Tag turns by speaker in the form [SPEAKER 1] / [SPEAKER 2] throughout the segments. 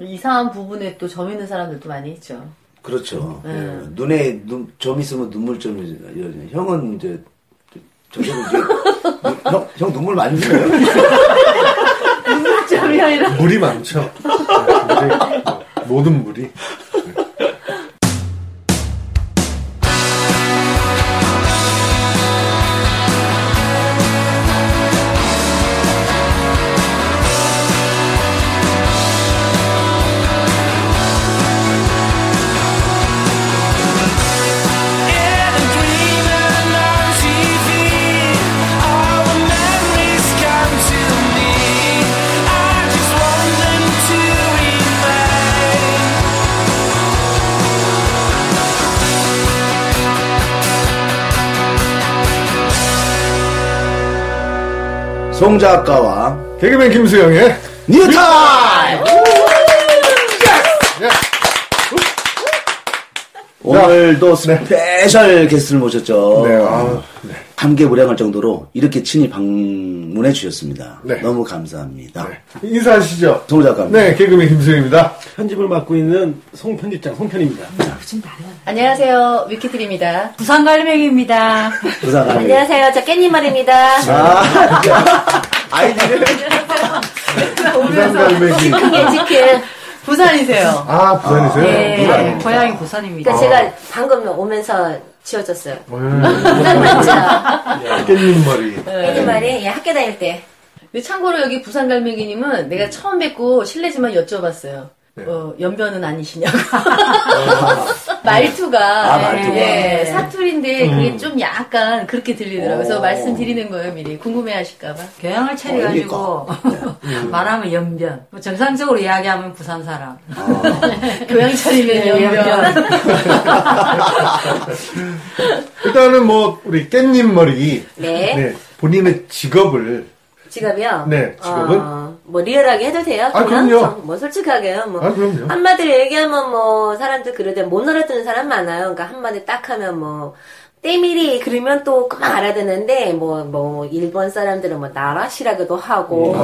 [SPEAKER 1] 이상한 부분에 또 점 있는 사람들도 많이 있죠.
[SPEAKER 2] 그렇죠.
[SPEAKER 3] 네.
[SPEAKER 2] 예. 눈에 눈, 점 있으면 눈물점이 이러죠. 형은 이제 저쪽은 이제 눈- 형, 형 눈물 많이 흘려요.
[SPEAKER 1] 점이 아니라
[SPEAKER 4] 물이 많죠. 네, 굉장히, 뭐, 모든 물이.
[SPEAKER 2] 송 작가와
[SPEAKER 4] 개그맨 김수영의
[SPEAKER 2] 뉴타임!
[SPEAKER 4] 예.
[SPEAKER 2] 오늘도 스페셜 게스트를 모셨죠.
[SPEAKER 4] 네, 아,
[SPEAKER 2] 감개 무량할 정도로 이렇게 친히 방문해 주셨습니다.
[SPEAKER 4] 네.
[SPEAKER 2] 너무 감사합니다.
[SPEAKER 4] 인사하시죠.
[SPEAKER 2] 송 작가입니다.
[SPEAKER 4] 네, 개그맨 김수영입니다.
[SPEAKER 5] 편집을 맡고 있는 송편집장 송편입니다.
[SPEAKER 1] 안녕하세요. 위키트리입니다.
[SPEAKER 6] 부산 갈매기입니다.
[SPEAKER 2] 부산 아이.
[SPEAKER 3] 안녕하세요. 저 깻잎말입니다.
[SPEAKER 2] 아, 아이디를.
[SPEAKER 4] 부산 갈매기.
[SPEAKER 3] 치킨, 치킨.
[SPEAKER 1] 부산이세요.
[SPEAKER 4] 아, 부산이세요?
[SPEAKER 6] 네,
[SPEAKER 4] 부산.
[SPEAKER 6] 고향이 부산입니다.
[SPEAKER 4] 아.
[SPEAKER 3] 그러니까 제가 방금 오면서 지어졌어요.
[SPEAKER 4] 네.
[SPEAKER 3] 네.
[SPEAKER 4] 깻잎 머리.
[SPEAKER 3] 깻잎말이 예, 학교 다닐 때.
[SPEAKER 1] 근데 참고로 여기 부산 갈매기님은 내가 처음 뵙고 실례지만 여쭤봤어요. 어, 연변은 아니시냐고. 말투가,
[SPEAKER 2] 아, 말투가.
[SPEAKER 1] 예, 사투리인데 그게 좀 약간 그렇게 들리더라고요. 그래서 말씀드리는 거예요, 미리. 궁금해 하실까봐.
[SPEAKER 6] 교양을 차려가지고 말하면 연변. 뭐 정상적으로 이야기하면 부산 사람. 네,
[SPEAKER 1] 교양 차리면 연변.
[SPEAKER 4] 일단은 뭐, 우리 깻잎 머리.
[SPEAKER 3] 네.
[SPEAKER 4] 본인의 직업을.
[SPEAKER 3] 직업이요?
[SPEAKER 4] 네, 직업은?
[SPEAKER 3] 어, 뭐 리얼하게 해도 돼요?
[SPEAKER 4] 아,
[SPEAKER 3] 그냥?
[SPEAKER 4] 그럼요.
[SPEAKER 3] 저- 뭐 솔직하게요. 뭐
[SPEAKER 4] 아, 그럼요.
[SPEAKER 3] 한마디로 얘기하면 뭐 사람들 그러대 못 알아듣는 사람 많아요. 그러니까 한마디 딱 하면 뭐 때밀이 그러면 또 금방 알아듣는데 뭐 뭐 일본 사람들은 뭐 나라시라고도 하고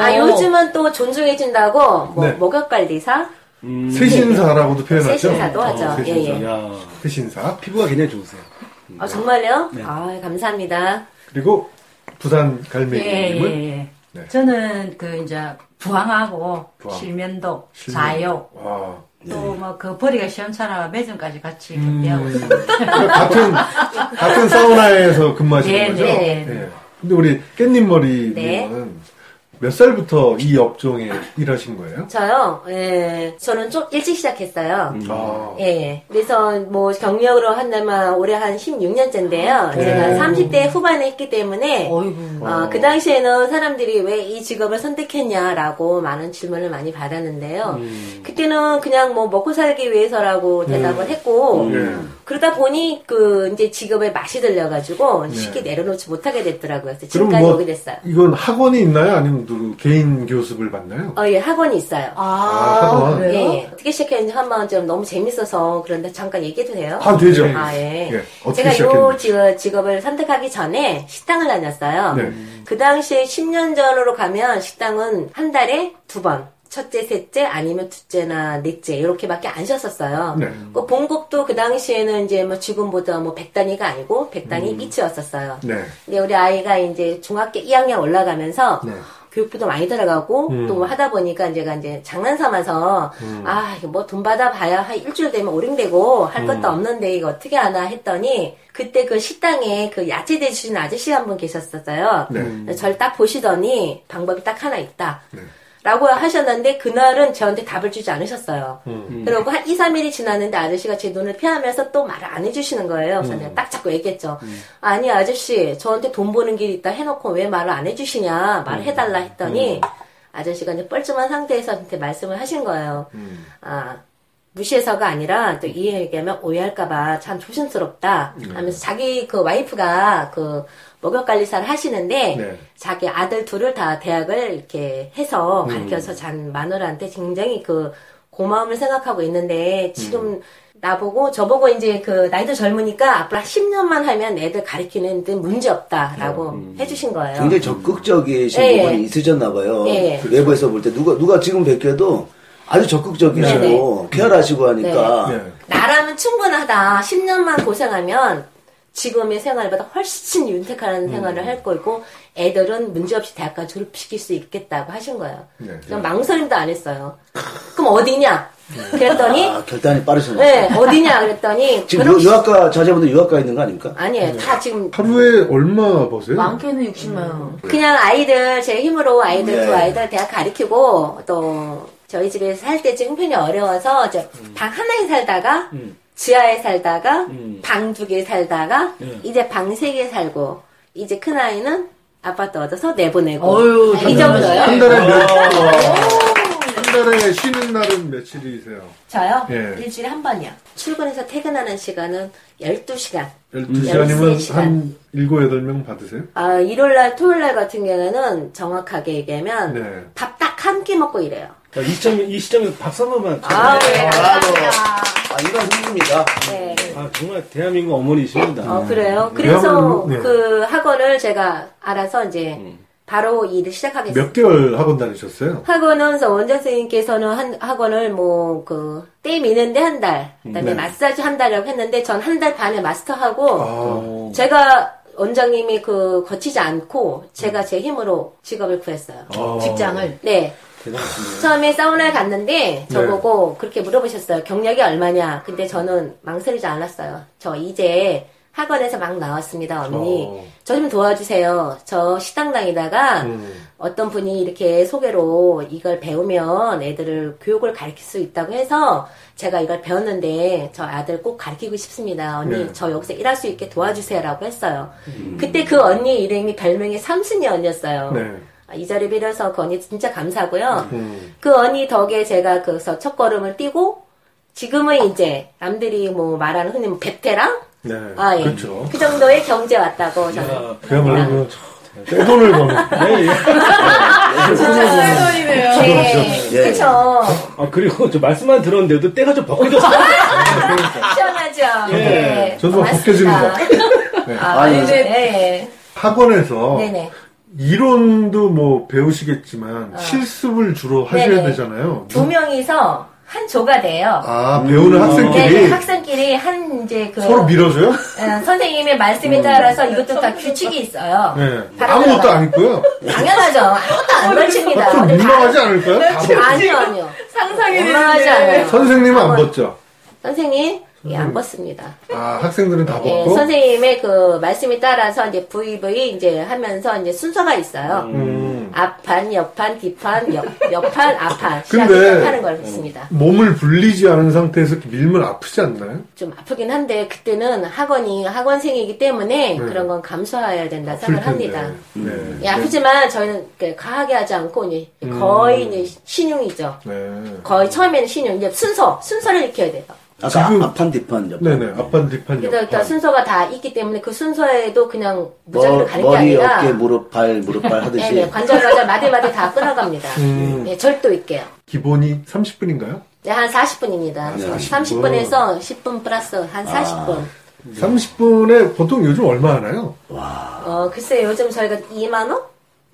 [SPEAKER 3] 아 요즘은 또 존중해준다고 뭐
[SPEAKER 4] 네.
[SPEAKER 3] 목욕관리사
[SPEAKER 5] 음,
[SPEAKER 4] 세신사라고도 표현하죠.
[SPEAKER 3] 세신사도 네. 하죠.
[SPEAKER 4] 어, 세신사.
[SPEAKER 3] 예, 예.
[SPEAKER 5] 야
[SPEAKER 4] 세신사.
[SPEAKER 5] 피부가 굉장히 좋으세요.
[SPEAKER 4] 네.
[SPEAKER 3] 아, 정말요? 아, 감사합니다.
[SPEAKER 4] 그리고 부산 갈매기님은
[SPEAKER 6] 예, 예, 예.
[SPEAKER 4] 네.
[SPEAKER 6] 저는 그 이제 부항하고
[SPEAKER 4] 부항.
[SPEAKER 6] 실면도,
[SPEAKER 4] 실명.
[SPEAKER 6] 사역,
[SPEAKER 4] 와.
[SPEAKER 6] 또 뭐 그 버리가 시원찮아 매점 까지 같이
[SPEAKER 1] 음.
[SPEAKER 6] 경비하고 있습니다.
[SPEAKER 4] 같은 같은 사우나에서 근무하시는
[SPEAKER 6] 네,
[SPEAKER 4] 거죠?
[SPEAKER 6] 네.
[SPEAKER 4] 예. 근데 우리 깻잎머리님은
[SPEAKER 3] 네.
[SPEAKER 4] 몇 살부터 이 업종에 일하신 거예요?
[SPEAKER 3] 저요, 예, 저는 좀 일찍 시작했어요.
[SPEAKER 4] 아,
[SPEAKER 3] 예, 그래서 뭐 경력으로 한다면 올해 한 16년째인데요. 제가 30대 후반에 했기 때문에,
[SPEAKER 1] 어이구.
[SPEAKER 3] 어, 그 당시에는 사람들이 왜 이 직업을 선택했냐라고 많은 질문을 많이 받았는데요. 그때는 그냥 뭐 먹고 살기 위해서라고 대답을 했고, 그러다 보니 그 이제 직업에 맛이 들려가지고 쉽게 내려놓지 못하게 됐더라고요. 그래서
[SPEAKER 4] 그럼
[SPEAKER 3] 지금까지
[SPEAKER 4] 뭐
[SPEAKER 3] 오게 됐어요.
[SPEAKER 4] 이건 학원이 있나요? 아니면 누구 개인 교습을 받나요?
[SPEAKER 3] 어, 예, 학원이 있어요.
[SPEAKER 4] 아, 학원.
[SPEAKER 1] 그래요?
[SPEAKER 3] 예, 예. 어떻게 시작했는지 한번 좀 너무 재밌어서 그런데 잠깐 얘기해도 돼요?
[SPEAKER 4] 아, 되죠.
[SPEAKER 3] 아, 예.
[SPEAKER 4] 예, 어떻게
[SPEAKER 3] 제가 이
[SPEAKER 4] 시작했는지.
[SPEAKER 3] 직업, 직업을 선택하기 전에 식당을 다녔어요.
[SPEAKER 4] 네.
[SPEAKER 3] 그 당시에 10년 전으로 가면 식당은 한 달에 두 번. 첫째, 셋째, 아니면 둘째나 넷째, 이렇게밖에 안 쉬었었어요.
[SPEAKER 4] 네.
[SPEAKER 3] 그 봉급도 그 당시에는 이제 뭐 지금보다 뭐 100단위가 아니고 100단위
[SPEAKER 4] 음.
[SPEAKER 3] 미치였었어요.
[SPEAKER 4] 네.
[SPEAKER 3] 근데 우리 아이가 이제 중학교 2학년 올라가면서 교육부도 많이 들어가고 또뭐 하다 보니까 제가 이제 장난 삼아서 아 이거 뭐 돈 받아 봐야 한 일주일 되면 오링되고 할 것도 없는데 이거 어떻게 하나 했더니 그때 그 식당에 그 야채 대주신 아저씨 한 분 계셨었어요. 저를 딱 보시더니 방법이 딱 하나 있다. 라고 하셨는데 그날은 저한테 답을 주지 않으셨어요. 그러고 한 2, 3일이 지났는데 아저씨가 제 눈을 피하면서 또 말을 안 해주시는 거예요. 그래서 내가 딱 잡고 얘기했죠. 아니 아저씨 저한테 돈 버는 길이 있다 해놓고 왜 말을 안 해주시냐 말을 해달라 했더니 아저씨가 이제 뻘쭘한 상태에서 저한테 말씀을 하신 거예요. 아 무시해서가 아니라 또 이해하면 오해할까봐 참 조심스럽다 하면서 자기 그 와이프가 그 목욕관리사를 하시는데
[SPEAKER 4] 네.
[SPEAKER 3] 자기 아들 둘을 다 대학을 이렇게 해서
[SPEAKER 2] 음.
[SPEAKER 3] 가르쳐서 잔 마누라한테 굉장히 그 고마움을 생각하고 있는데 지금
[SPEAKER 2] 음.
[SPEAKER 3] 나보고 저보고 이제 그 나이도 젊으니까 앞으로 한 10년만 하면 애들 가르치는 데 문제 없다라고 해주신 거예요.
[SPEAKER 2] 음. 굉장히 적극적이신
[SPEAKER 3] 음. 예,
[SPEAKER 2] 부분이
[SPEAKER 3] 예.
[SPEAKER 2] 있으셨나 봐요.
[SPEAKER 3] 예, 예.
[SPEAKER 2] 외부에서 볼 때 누가 누가 지금 뵙게도 아주 적극적이시고
[SPEAKER 3] 네네.
[SPEAKER 2] 쾌활하시고 하니까
[SPEAKER 4] 네.
[SPEAKER 3] 나라면 충분하다. 10년만 고생하면 지금의 생활보다 훨씬 윤택한
[SPEAKER 2] 음.
[SPEAKER 3] 생활을 할 거고 애들은 문제없이 대학까지 졸업시킬 수 있겠다고 하신 거예요.
[SPEAKER 4] 네.
[SPEAKER 3] 그럼 망설임도 안 했어요. 그럼 어디냐? 그랬더니
[SPEAKER 2] 아, 결단이 빠르시네요.
[SPEAKER 3] 네, 어디냐 그랬더니
[SPEAKER 2] 지금
[SPEAKER 3] 그럼
[SPEAKER 2] 유, 학과 자제분들 유학가 있는 거 아닙니까?
[SPEAKER 3] 아니에요.
[SPEAKER 4] 네.
[SPEAKER 3] 다 지금
[SPEAKER 4] 하루에 얼마 버세요?
[SPEAKER 1] 많게는 60만 원.
[SPEAKER 3] 그냥 아이들 제 힘으로 아이들
[SPEAKER 2] 네.
[SPEAKER 3] 두 아이들 대학 가르치고 또 저희 집에서 살 때 지금 형편이 어려워서 이제
[SPEAKER 4] 음.
[SPEAKER 3] 방 하나에 살다가 지하에 살다가
[SPEAKER 4] 음.
[SPEAKER 3] 방 두 개 살다가
[SPEAKER 4] 네.
[SPEAKER 3] 이제 방 세 개 살고 이제 큰 아이는 아파트 얻어서 내보내고
[SPEAKER 1] 어휴,
[SPEAKER 4] 한
[SPEAKER 3] 이 정도요.
[SPEAKER 4] 달에 몇, 네. 한 달에 쉬는 날은 며칠이세요?
[SPEAKER 3] 저요
[SPEAKER 4] 예.
[SPEAKER 3] 일주일에 한 번이요. 출근해서 퇴근하는 시간은 12시간.
[SPEAKER 4] 12시간이면
[SPEAKER 3] 13시간.
[SPEAKER 4] 한 7, 8명 받으세요?
[SPEAKER 3] 아, 일요일 날 토요일 날 같은 경우에는 정확하게 얘기하면
[SPEAKER 4] 네.
[SPEAKER 3] 밥 딱 한 끼 먹고 이래요.
[SPEAKER 5] 자, 이, 점, 이 시점에서 박수 한 번만. 아,
[SPEAKER 3] 아, 네, 감사합니다.
[SPEAKER 2] 아, 이런 흥입니다.
[SPEAKER 3] 네.
[SPEAKER 5] 아, 정말 대한민국 어머니십니다.
[SPEAKER 3] 어, 그래요?
[SPEAKER 4] 왜냐면,
[SPEAKER 3] 그래서
[SPEAKER 4] 음. 네. 음.
[SPEAKER 3] 그 학원을 제가 알아서 이제 바로 일을 시작하겠습니다.
[SPEAKER 4] 몇 개월 학원 다니셨어요?
[SPEAKER 3] 학원은 그래서 원장 선생님께서는 한 학원을 뭐 그 때 미는데 한 달, 그다음에
[SPEAKER 4] 네.
[SPEAKER 3] 마사지 한 달이라고 했는데 전 한 달 반에 마스터하고
[SPEAKER 4] 아,
[SPEAKER 3] 제가 원장님이 그 거치지 않고 제가 제 힘으로 직업을 구했어요.
[SPEAKER 4] 아.
[SPEAKER 1] 직장을.
[SPEAKER 3] 네. 처음에 사우나에
[SPEAKER 4] 네.
[SPEAKER 3] 갔는데 저보고 그렇게 물어보셨어요. 경력이 얼마냐? 근데 저는 망설이지 않았어요. 저 이제 학원에서 막 나왔습니다, 언니.
[SPEAKER 4] 어.
[SPEAKER 3] 저 좀 도와주세요. 저 식당 다니다가
[SPEAKER 4] 음.
[SPEAKER 3] 어떤 분이 이렇게 소개로 이걸 배우면 애들을 교육을 가르칠 수 있다고 해서 제가 이걸 배웠는데 저 아들 꼭 가르치고 싶습니다. 언니,
[SPEAKER 4] 네. 음.
[SPEAKER 3] 저 여기서 일할 수 있게 도와주세요라고 했어요. 그때 그 언니 이름이 별명이 삼순이 언니였어요.
[SPEAKER 4] 네.
[SPEAKER 3] 아, 이 자리 빌어서 그 언니 진짜 감사하고요.
[SPEAKER 4] 음.
[SPEAKER 3] 그 언니 덕에 제가 그래서 첫 걸음을 뛰고 지금은 이제 남들이 뭐 말하는 흔히 뭐 베테랑
[SPEAKER 4] 네.
[SPEAKER 3] 아, 예.
[SPEAKER 4] 그렇죠.
[SPEAKER 3] 그 정도의 경제 왔다고 저는
[SPEAKER 5] 야,
[SPEAKER 4] 그야말로 떼돈을 버는.
[SPEAKER 5] 예, 예.
[SPEAKER 1] 쌀돈이네요.
[SPEAKER 3] 네,
[SPEAKER 2] 예.
[SPEAKER 3] 그렇죠.
[SPEAKER 5] 아, 그리고 저 말씀만 들었는데도 때가 좀 벗겨졌어요.
[SPEAKER 3] 시원하죠.
[SPEAKER 5] 예.
[SPEAKER 3] 네,
[SPEAKER 4] 저도 막 벗겨지는 거. 예. 어.
[SPEAKER 3] 아,
[SPEAKER 2] 아니,
[SPEAKER 3] 네, 네.
[SPEAKER 4] 학원에서
[SPEAKER 3] 네네.
[SPEAKER 4] 이론도 뭐 배우시겠지만 실습을 주로 하셔야
[SPEAKER 3] 어. 네네.
[SPEAKER 4] 되잖아요.
[SPEAKER 3] 두 명이서 한 조가 돼요.
[SPEAKER 4] 아, 배우는
[SPEAKER 3] 네,
[SPEAKER 4] 학생끼리
[SPEAKER 3] 그 학생끼리 한 이제 그
[SPEAKER 4] 서로 밀어줘요?
[SPEAKER 3] 어, 선생님의 말씀에 따라서 이것도 다 규칙이 있어요.
[SPEAKER 4] 네.
[SPEAKER 3] 바로
[SPEAKER 4] 아무것도
[SPEAKER 3] 들어가요.
[SPEAKER 4] 안 했고요.
[SPEAKER 3] 당연하죠. 아무것도 안 걸칩니다.
[SPEAKER 4] 좀 민망하지 않을까요? 다 벗-
[SPEAKER 3] 아니요, 아니요.
[SPEAKER 1] 상상이
[SPEAKER 3] 민망하지 않아요.
[SPEAKER 4] 선생님은 안 벗죠.
[SPEAKER 3] 선생님, 예, 안 벗습니다.
[SPEAKER 4] 아, 학생들은 다
[SPEAKER 3] 예,
[SPEAKER 4] 벗고.
[SPEAKER 3] 선생님의 그 말씀에 따라서 이제 VV 이제 하면서 이제 순서가 있어요.
[SPEAKER 4] 음.
[SPEAKER 3] 앞판, 옆판, 뒷판, 옆, 옆판, 앞판.
[SPEAKER 4] 근데-
[SPEAKER 3] 시작해서 하는 걸
[SPEAKER 2] 음.
[SPEAKER 3] 했습니다.
[SPEAKER 4] 몸을 불리지 않은 상태에서 이렇게 밀면 아프지 않나요?
[SPEAKER 3] 좀 아프긴 한데 그때는 학원이 학원생이기
[SPEAKER 4] 네.
[SPEAKER 3] 때문에 그런 건 감수해야 된다
[SPEAKER 4] 아플
[SPEAKER 3] 생각을
[SPEAKER 4] 텐데.
[SPEAKER 3] 합니다.
[SPEAKER 4] 네. 음.
[SPEAKER 3] 예, 아프지만 저희는 그 과하게 하지 않고 이제 거의 이제 신용이죠.
[SPEAKER 4] 네.
[SPEAKER 3] 거의 처음에는 신용, 이제 순서, 순서를 익혀야 돼요.
[SPEAKER 2] 아까
[SPEAKER 4] 지금-
[SPEAKER 2] 앞판 뒷판 뭐, 옆.
[SPEAKER 4] 네네. 앞판, 뒷판,
[SPEAKER 3] 그러니까 일단
[SPEAKER 4] 옆판.
[SPEAKER 3] 순서가 다 있기 때문에 그 순서에도 그냥 무작위로
[SPEAKER 2] 머,
[SPEAKER 3] 가는 게
[SPEAKER 2] 머리,
[SPEAKER 3] 아니라
[SPEAKER 2] 어깨, 무릎, 발, 무릎, 발
[SPEAKER 3] 예,
[SPEAKER 2] 하듯이.
[SPEAKER 3] 네, 관절 관절 마디마디 다 끊어갑니다.
[SPEAKER 4] 음.
[SPEAKER 3] 예, 절도 있게요.
[SPEAKER 4] 기본이 30분인가요?
[SPEAKER 3] 네, 한 40분입니다.
[SPEAKER 4] 네, 40분. 아.
[SPEAKER 3] 30분에서 10분 플러스 한 40분.
[SPEAKER 4] 30분에 보통 요즘 얼마 하나요?
[SPEAKER 3] 어, 글쎄 요즘 저희가 2만 원?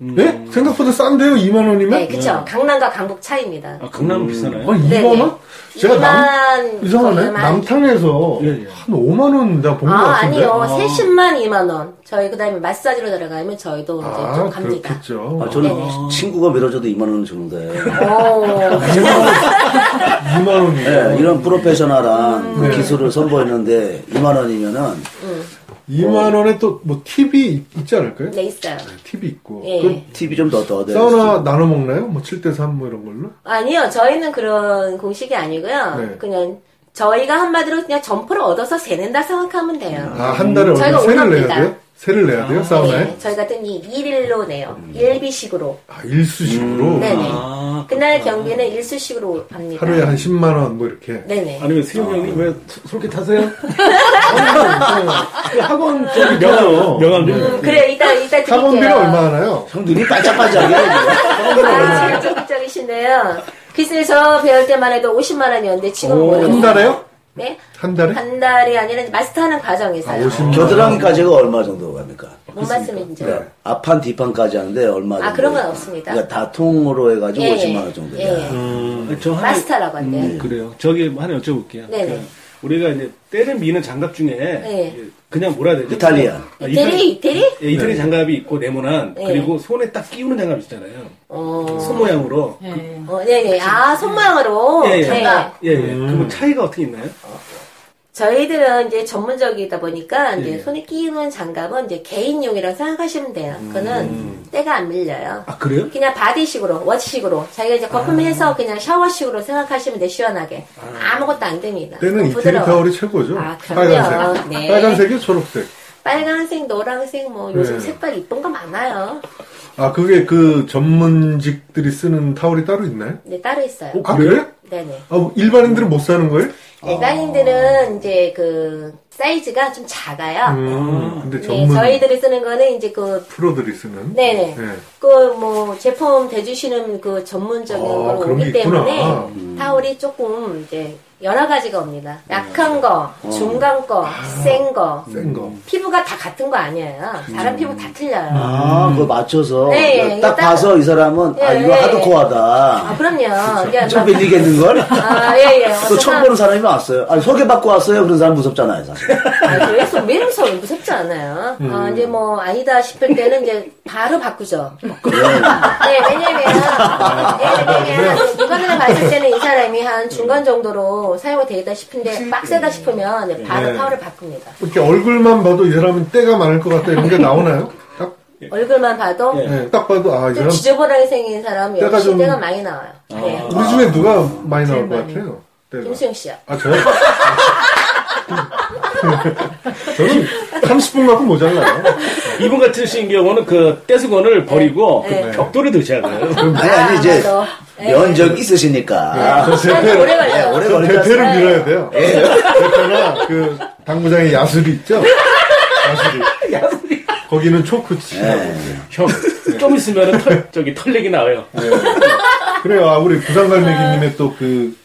[SPEAKER 2] 음.
[SPEAKER 4] 예? 생각보다 싼데요? 2만 원이면?
[SPEAKER 3] 네, 그쵸.
[SPEAKER 4] 음.
[SPEAKER 3] 강남과 강북 차이입니다.
[SPEAKER 5] 아, 강남은 비싸나요?
[SPEAKER 4] 아, 2만
[SPEAKER 3] 네,
[SPEAKER 4] 원? 제가 남,
[SPEAKER 3] 2만
[SPEAKER 4] 이상하네. 남탕에서
[SPEAKER 5] 예, 예.
[SPEAKER 4] 한 5만 원 내가 본것
[SPEAKER 3] 아,
[SPEAKER 4] 같은데.
[SPEAKER 3] 아니요. 세십만 2만 원. 저희 그다음에 마사지로 들어가면 저희도 이제 좀
[SPEAKER 4] 아,
[SPEAKER 3] 갑니다.
[SPEAKER 4] 그렇겠죠.
[SPEAKER 2] 아, 저는
[SPEAKER 3] 네.
[SPEAKER 2] 친구가 밀어줘도 2만 원을 주는데.
[SPEAKER 4] 네.
[SPEAKER 3] 오.
[SPEAKER 4] 2만 원이요.
[SPEAKER 2] 예, 이런 프로페셔널한 그
[SPEAKER 4] 음. 네.
[SPEAKER 2] 기술을 선보였는데 2만 원이면은
[SPEAKER 4] 2만 원에 또 뭐 팁이 있지 않을까요?
[SPEAKER 3] 네, 있어요.
[SPEAKER 4] 팁이 있고.
[SPEAKER 3] 예.
[SPEAKER 4] 그럼
[SPEAKER 2] TV 좀 더 떠야 돼.
[SPEAKER 4] 사우나 나눠 먹나요? 뭐 7대 3 뭐 이런 걸로?
[SPEAKER 3] 아니요. 저희는 그런 공식이 아니고요.
[SPEAKER 4] 네.
[SPEAKER 3] 그냥 저희가 한마디로 그냥 점포를 얻어서 세낸다 생각하면 돼요.
[SPEAKER 4] 아, 한 달에 얼마
[SPEAKER 3] 음, 저희가
[SPEAKER 4] 세를
[SPEAKER 3] 운영합니다.
[SPEAKER 4] 내야 돼요? 세를 내야 돼요? 사우나에?
[SPEAKER 3] 네, 저희 같은 이 일일로 내요.
[SPEAKER 2] 음.
[SPEAKER 3] 일비식으로.
[SPEAKER 4] 아, 일수식으로
[SPEAKER 3] 음, 네네.
[SPEAKER 5] 아,
[SPEAKER 3] 그날 경기는 일수식으로 합니다.
[SPEAKER 4] 하루에 한 10만 원 뭐 이렇게.
[SPEAKER 3] 네네.
[SPEAKER 5] 아니면 수영 형님 왜 소- 솔깃하세요?
[SPEAKER 3] 네.
[SPEAKER 5] 아니, 그 학원 저기 명함 명함
[SPEAKER 3] 음, 그래요. 이따, 이따 드릴게요.
[SPEAKER 4] 학원비가 얼마 하나요?
[SPEAKER 2] 형 눈이 반짝반짝해.
[SPEAKER 3] 아, 적극적이신데요. 글쎄, 저 배울 때만 해도 50만 원이었는데, 지금
[SPEAKER 5] 오,
[SPEAKER 3] 모르겠어요.
[SPEAKER 4] 한 달에요?
[SPEAKER 3] 네?
[SPEAKER 4] 한 달에?
[SPEAKER 3] 한 달이 아니라 이제 마스터하는 과정에서요.
[SPEAKER 4] 아, 50만 원.
[SPEAKER 2] 겨드랑이까지가 얼마 음. 정도 갑니까?
[SPEAKER 3] 못 맞으면 이제
[SPEAKER 4] 네.
[SPEAKER 2] 앞판 뒷판까지 하는데 얼마 정도?
[SPEAKER 3] 아, 그런 건 없습니다.
[SPEAKER 2] 그러니까 다 통으로 해가지고
[SPEAKER 3] 예,
[SPEAKER 2] 50만 원 정도.
[SPEAKER 3] 예, 예.
[SPEAKER 5] 아, 저 하나- 음,
[SPEAKER 3] 마스터라고 한대요.
[SPEAKER 5] 그래요. 저기 하나 여쭤볼게요.
[SPEAKER 3] 네네. 네.
[SPEAKER 5] 그 우리가 이제 때를 미는 장갑 중에 그냥 뭐라 해야 되죠?
[SPEAKER 2] 이탈리아.
[SPEAKER 5] 아,
[SPEAKER 3] 이태리, 이태리?
[SPEAKER 5] 예, 이태리 장갑이 있고 네모난
[SPEAKER 3] 네.
[SPEAKER 5] 그리고 손에 딱 끼우는 장갑 있잖아요.
[SPEAKER 3] 어,
[SPEAKER 5] 손 모양으로.
[SPEAKER 6] 예.
[SPEAKER 3] 어, 네네. 아, 손모양으로.
[SPEAKER 5] 예, 예.
[SPEAKER 3] 네.
[SPEAKER 5] 예, 예. 그럼 차이가 어떻게 있나요?
[SPEAKER 3] 저희들은 이제 전문적이다 보니까 이제
[SPEAKER 5] 예.
[SPEAKER 3] 손에 끼우는 장갑은 이제 개인용이라고 생각하시면 돼요.
[SPEAKER 4] 음.
[SPEAKER 3] 그거는 때가 안 밀려요.
[SPEAKER 5] 아 그래요?
[SPEAKER 3] 그냥 바디식으로, 워치식으로 자기가 이제
[SPEAKER 4] 아.
[SPEAKER 3] 거품해서 그냥 샤워식으로 생각하시면 돼 시원하게 아. 무것도안 됩니다.
[SPEAKER 4] 때는 이태리
[SPEAKER 3] 부드러워.
[SPEAKER 4] 타월이 최고죠.
[SPEAKER 3] 아, 그럼요.
[SPEAKER 4] 빨간색.
[SPEAKER 3] 네.
[SPEAKER 4] 빨간색이 초록색.
[SPEAKER 3] 빨간색, 노란색 뭐 요즘
[SPEAKER 4] 네.
[SPEAKER 3] 색깔 이쁜 거 많아요.
[SPEAKER 4] 아, 그게 그 전문직들이 쓰는 타월이 따로 있나요?
[SPEAKER 3] 네 따로 있어요.
[SPEAKER 4] 어, 아. 그래?
[SPEAKER 3] 네네.
[SPEAKER 4] 아, 뭐 일반인들은 못 사는 거예요?
[SPEAKER 3] 일반인들은 이제 그 사이즈가 좀 작아요.
[SPEAKER 4] 음, 근데
[SPEAKER 3] 네,
[SPEAKER 4] 전문
[SPEAKER 3] 저희들이 쓰는 거는 이제 그
[SPEAKER 4] 프로들이 쓰는.
[SPEAKER 3] 네네.
[SPEAKER 4] 예.
[SPEAKER 3] 그 뭐 제품 대주시는 그 전문적인
[SPEAKER 4] 아,
[SPEAKER 3] 걸
[SPEAKER 4] 그런 게
[SPEAKER 3] 오기 때문에
[SPEAKER 4] 있구나. 음.
[SPEAKER 3] 타월이 조금 이제 여러 가지가 옵니다. 약한 거, 중간 거, 센 거.
[SPEAKER 4] 어. 아. 센 거. 음.
[SPEAKER 3] 피부가 다 같은 거 아니에요. 사람 피부 다 틀려요. 아,
[SPEAKER 2] 아, 그거 맞춰서
[SPEAKER 3] 네,
[SPEAKER 2] 그냥
[SPEAKER 3] 예,
[SPEAKER 2] 딱
[SPEAKER 3] 이거
[SPEAKER 2] 봐서 이 사람은 아
[SPEAKER 3] 예,
[SPEAKER 2] 이거
[SPEAKER 3] 예,
[SPEAKER 2] 하드코어하다.
[SPEAKER 3] 아, 그럼요. 이게
[SPEAKER 2] 좀
[SPEAKER 3] 막-
[SPEAKER 2] 빌리겠는 걸?
[SPEAKER 3] 아, 예, 예.
[SPEAKER 2] 또 처음 보는 사람이 왔어요. 아니 소개받고 왔어요. 그런 사람 무섭잖아요, 사실.
[SPEAKER 3] 그래서 매력서 무섭지 않아요.
[SPEAKER 4] 음.
[SPEAKER 3] 아, 이제 뭐 아니다 싶을 때는 이제 바로 바꾸죠. 네, 왜냐면,
[SPEAKER 4] 아,
[SPEAKER 3] 예,
[SPEAKER 4] 네.
[SPEAKER 3] 왜냐면, 이번에 봤을 때는 이 사람이 한 중간 정도로 사용이 되겠다 싶은데, 빡세다 싶으면 이제 바로
[SPEAKER 4] 네.
[SPEAKER 3] 타월을 바꿉니다.
[SPEAKER 4] 이렇게 얼굴만 봐도 이 사람은 때가 많을 것 같다 이런 게 나오나요? 딱,
[SPEAKER 3] 얼굴만 봐도,
[SPEAKER 5] 예.
[SPEAKER 4] 예, 딱 봐도, 아, 이
[SPEAKER 3] 좀
[SPEAKER 4] 사람.
[SPEAKER 3] 지저분하게 생긴 사람
[SPEAKER 4] 때가
[SPEAKER 3] 역시
[SPEAKER 4] 좀- 아.
[SPEAKER 3] 때가 많이 나와요. 네.
[SPEAKER 4] 우리 중에 누가 많이 나올 것 같아요? 때가.
[SPEAKER 3] 김수영 씨요.
[SPEAKER 4] 아, 저요? 저는 30분 갖고 모자라요.
[SPEAKER 5] 어. 이분 같으신 경우는 그 떼수건을 버리고
[SPEAKER 3] 네.
[SPEAKER 5] 그 벽돌에 넣으셔야 돼요.
[SPEAKER 2] 아니 아니 이제
[SPEAKER 3] 아, 예. 네.
[SPEAKER 2] 면적 있으시니까.
[SPEAKER 4] 저
[SPEAKER 3] 시간이 오래
[SPEAKER 4] 대패를,
[SPEAKER 3] 걸려요.
[SPEAKER 2] 아, 오래
[SPEAKER 4] 저
[SPEAKER 2] 걸리지
[SPEAKER 4] 대패를
[SPEAKER 2] 않습니까?
[SPEAKER 4] 밀어야 돼요. 대패나 그 당구장에 야술이 있죠? 야술이. 거기는 초크 치라고.
[SPEAKER 5] 형, 좀 있으면 털, 저기 털렉이 나와요.
[SPEAKER 4] 네. 그래요. 아, 우리 부산갈매기님의 또 그,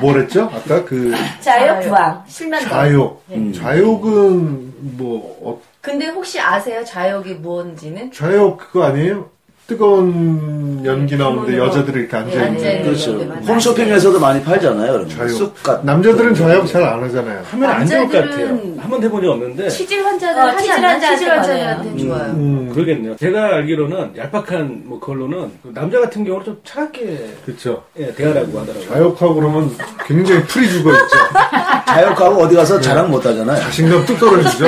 [SPEAKER 4] 뭐랬죠? 아까 그,
[SPEAKER 3] 자요, 부왕. 실만 더.
[SPEAKER 4] 좌욕. 좌욕은, 뭐, 어,
[SPEAKER 1] 근데 혹시 아세요? 자역이
[SPEAKER 6] 어,
[SPEAKER 1] 뭔지는?
[SPEAKER 4] 좌욕 그거 아니에요? 뜨거운 연기 나오는데 여자들이 이렇게 앉아있는.
[SPEAKER 1] 앉아있는
[SPEAKER 2] 그렇죠.
[SPEAKER 1] 네, 맞아요.
[SPEAKER 2] 홈쇼핑에서도 많이 팔잖아요. 그런 거.
[SPEAKER 4] 좌욕.
[SPEAKER 2] 쑥 같.
[SPEAKER 4] 남자들은 좌욕 잘 안 하잖아요.
[SPEAKER 5] 하면 안 좋을 것 같아요.
[SPEAKER 1] 남자들은-
[SPEAKER 5] 한번 해본 적 없는데.
[SPEAKER 1] 치질 환자들
[SPEAKER 3] 어,
[SPEAKER 1] 하지
[SPEAKER 3] 치질
[SPEAKER 1] 않나?
[SPEAKER 3] 환자한테
[SPEAKER 1] 치질 환자들한테 좋아요.
[SPEAKER 4] 음,
[SPEAKER 5] 그러겠네요. 제가 알기로는 얄팍한 뭐 그걸로는 그 남자 같은 경우는 좀 차갑게
[SPEAKER 4] 그렇죠.
[SPEAKER 5] 예, 대하라고 하더라고요.
[SPEAKER 4] 좌욕하고 그러면 굉장히 풀이 죽어 있죠.
[SPEAKER 2] 자욕하고 어디 가서 자랑 못 하잖아요.
[SPEAKER 4] 네. 자신감 뚝 떨어지죠.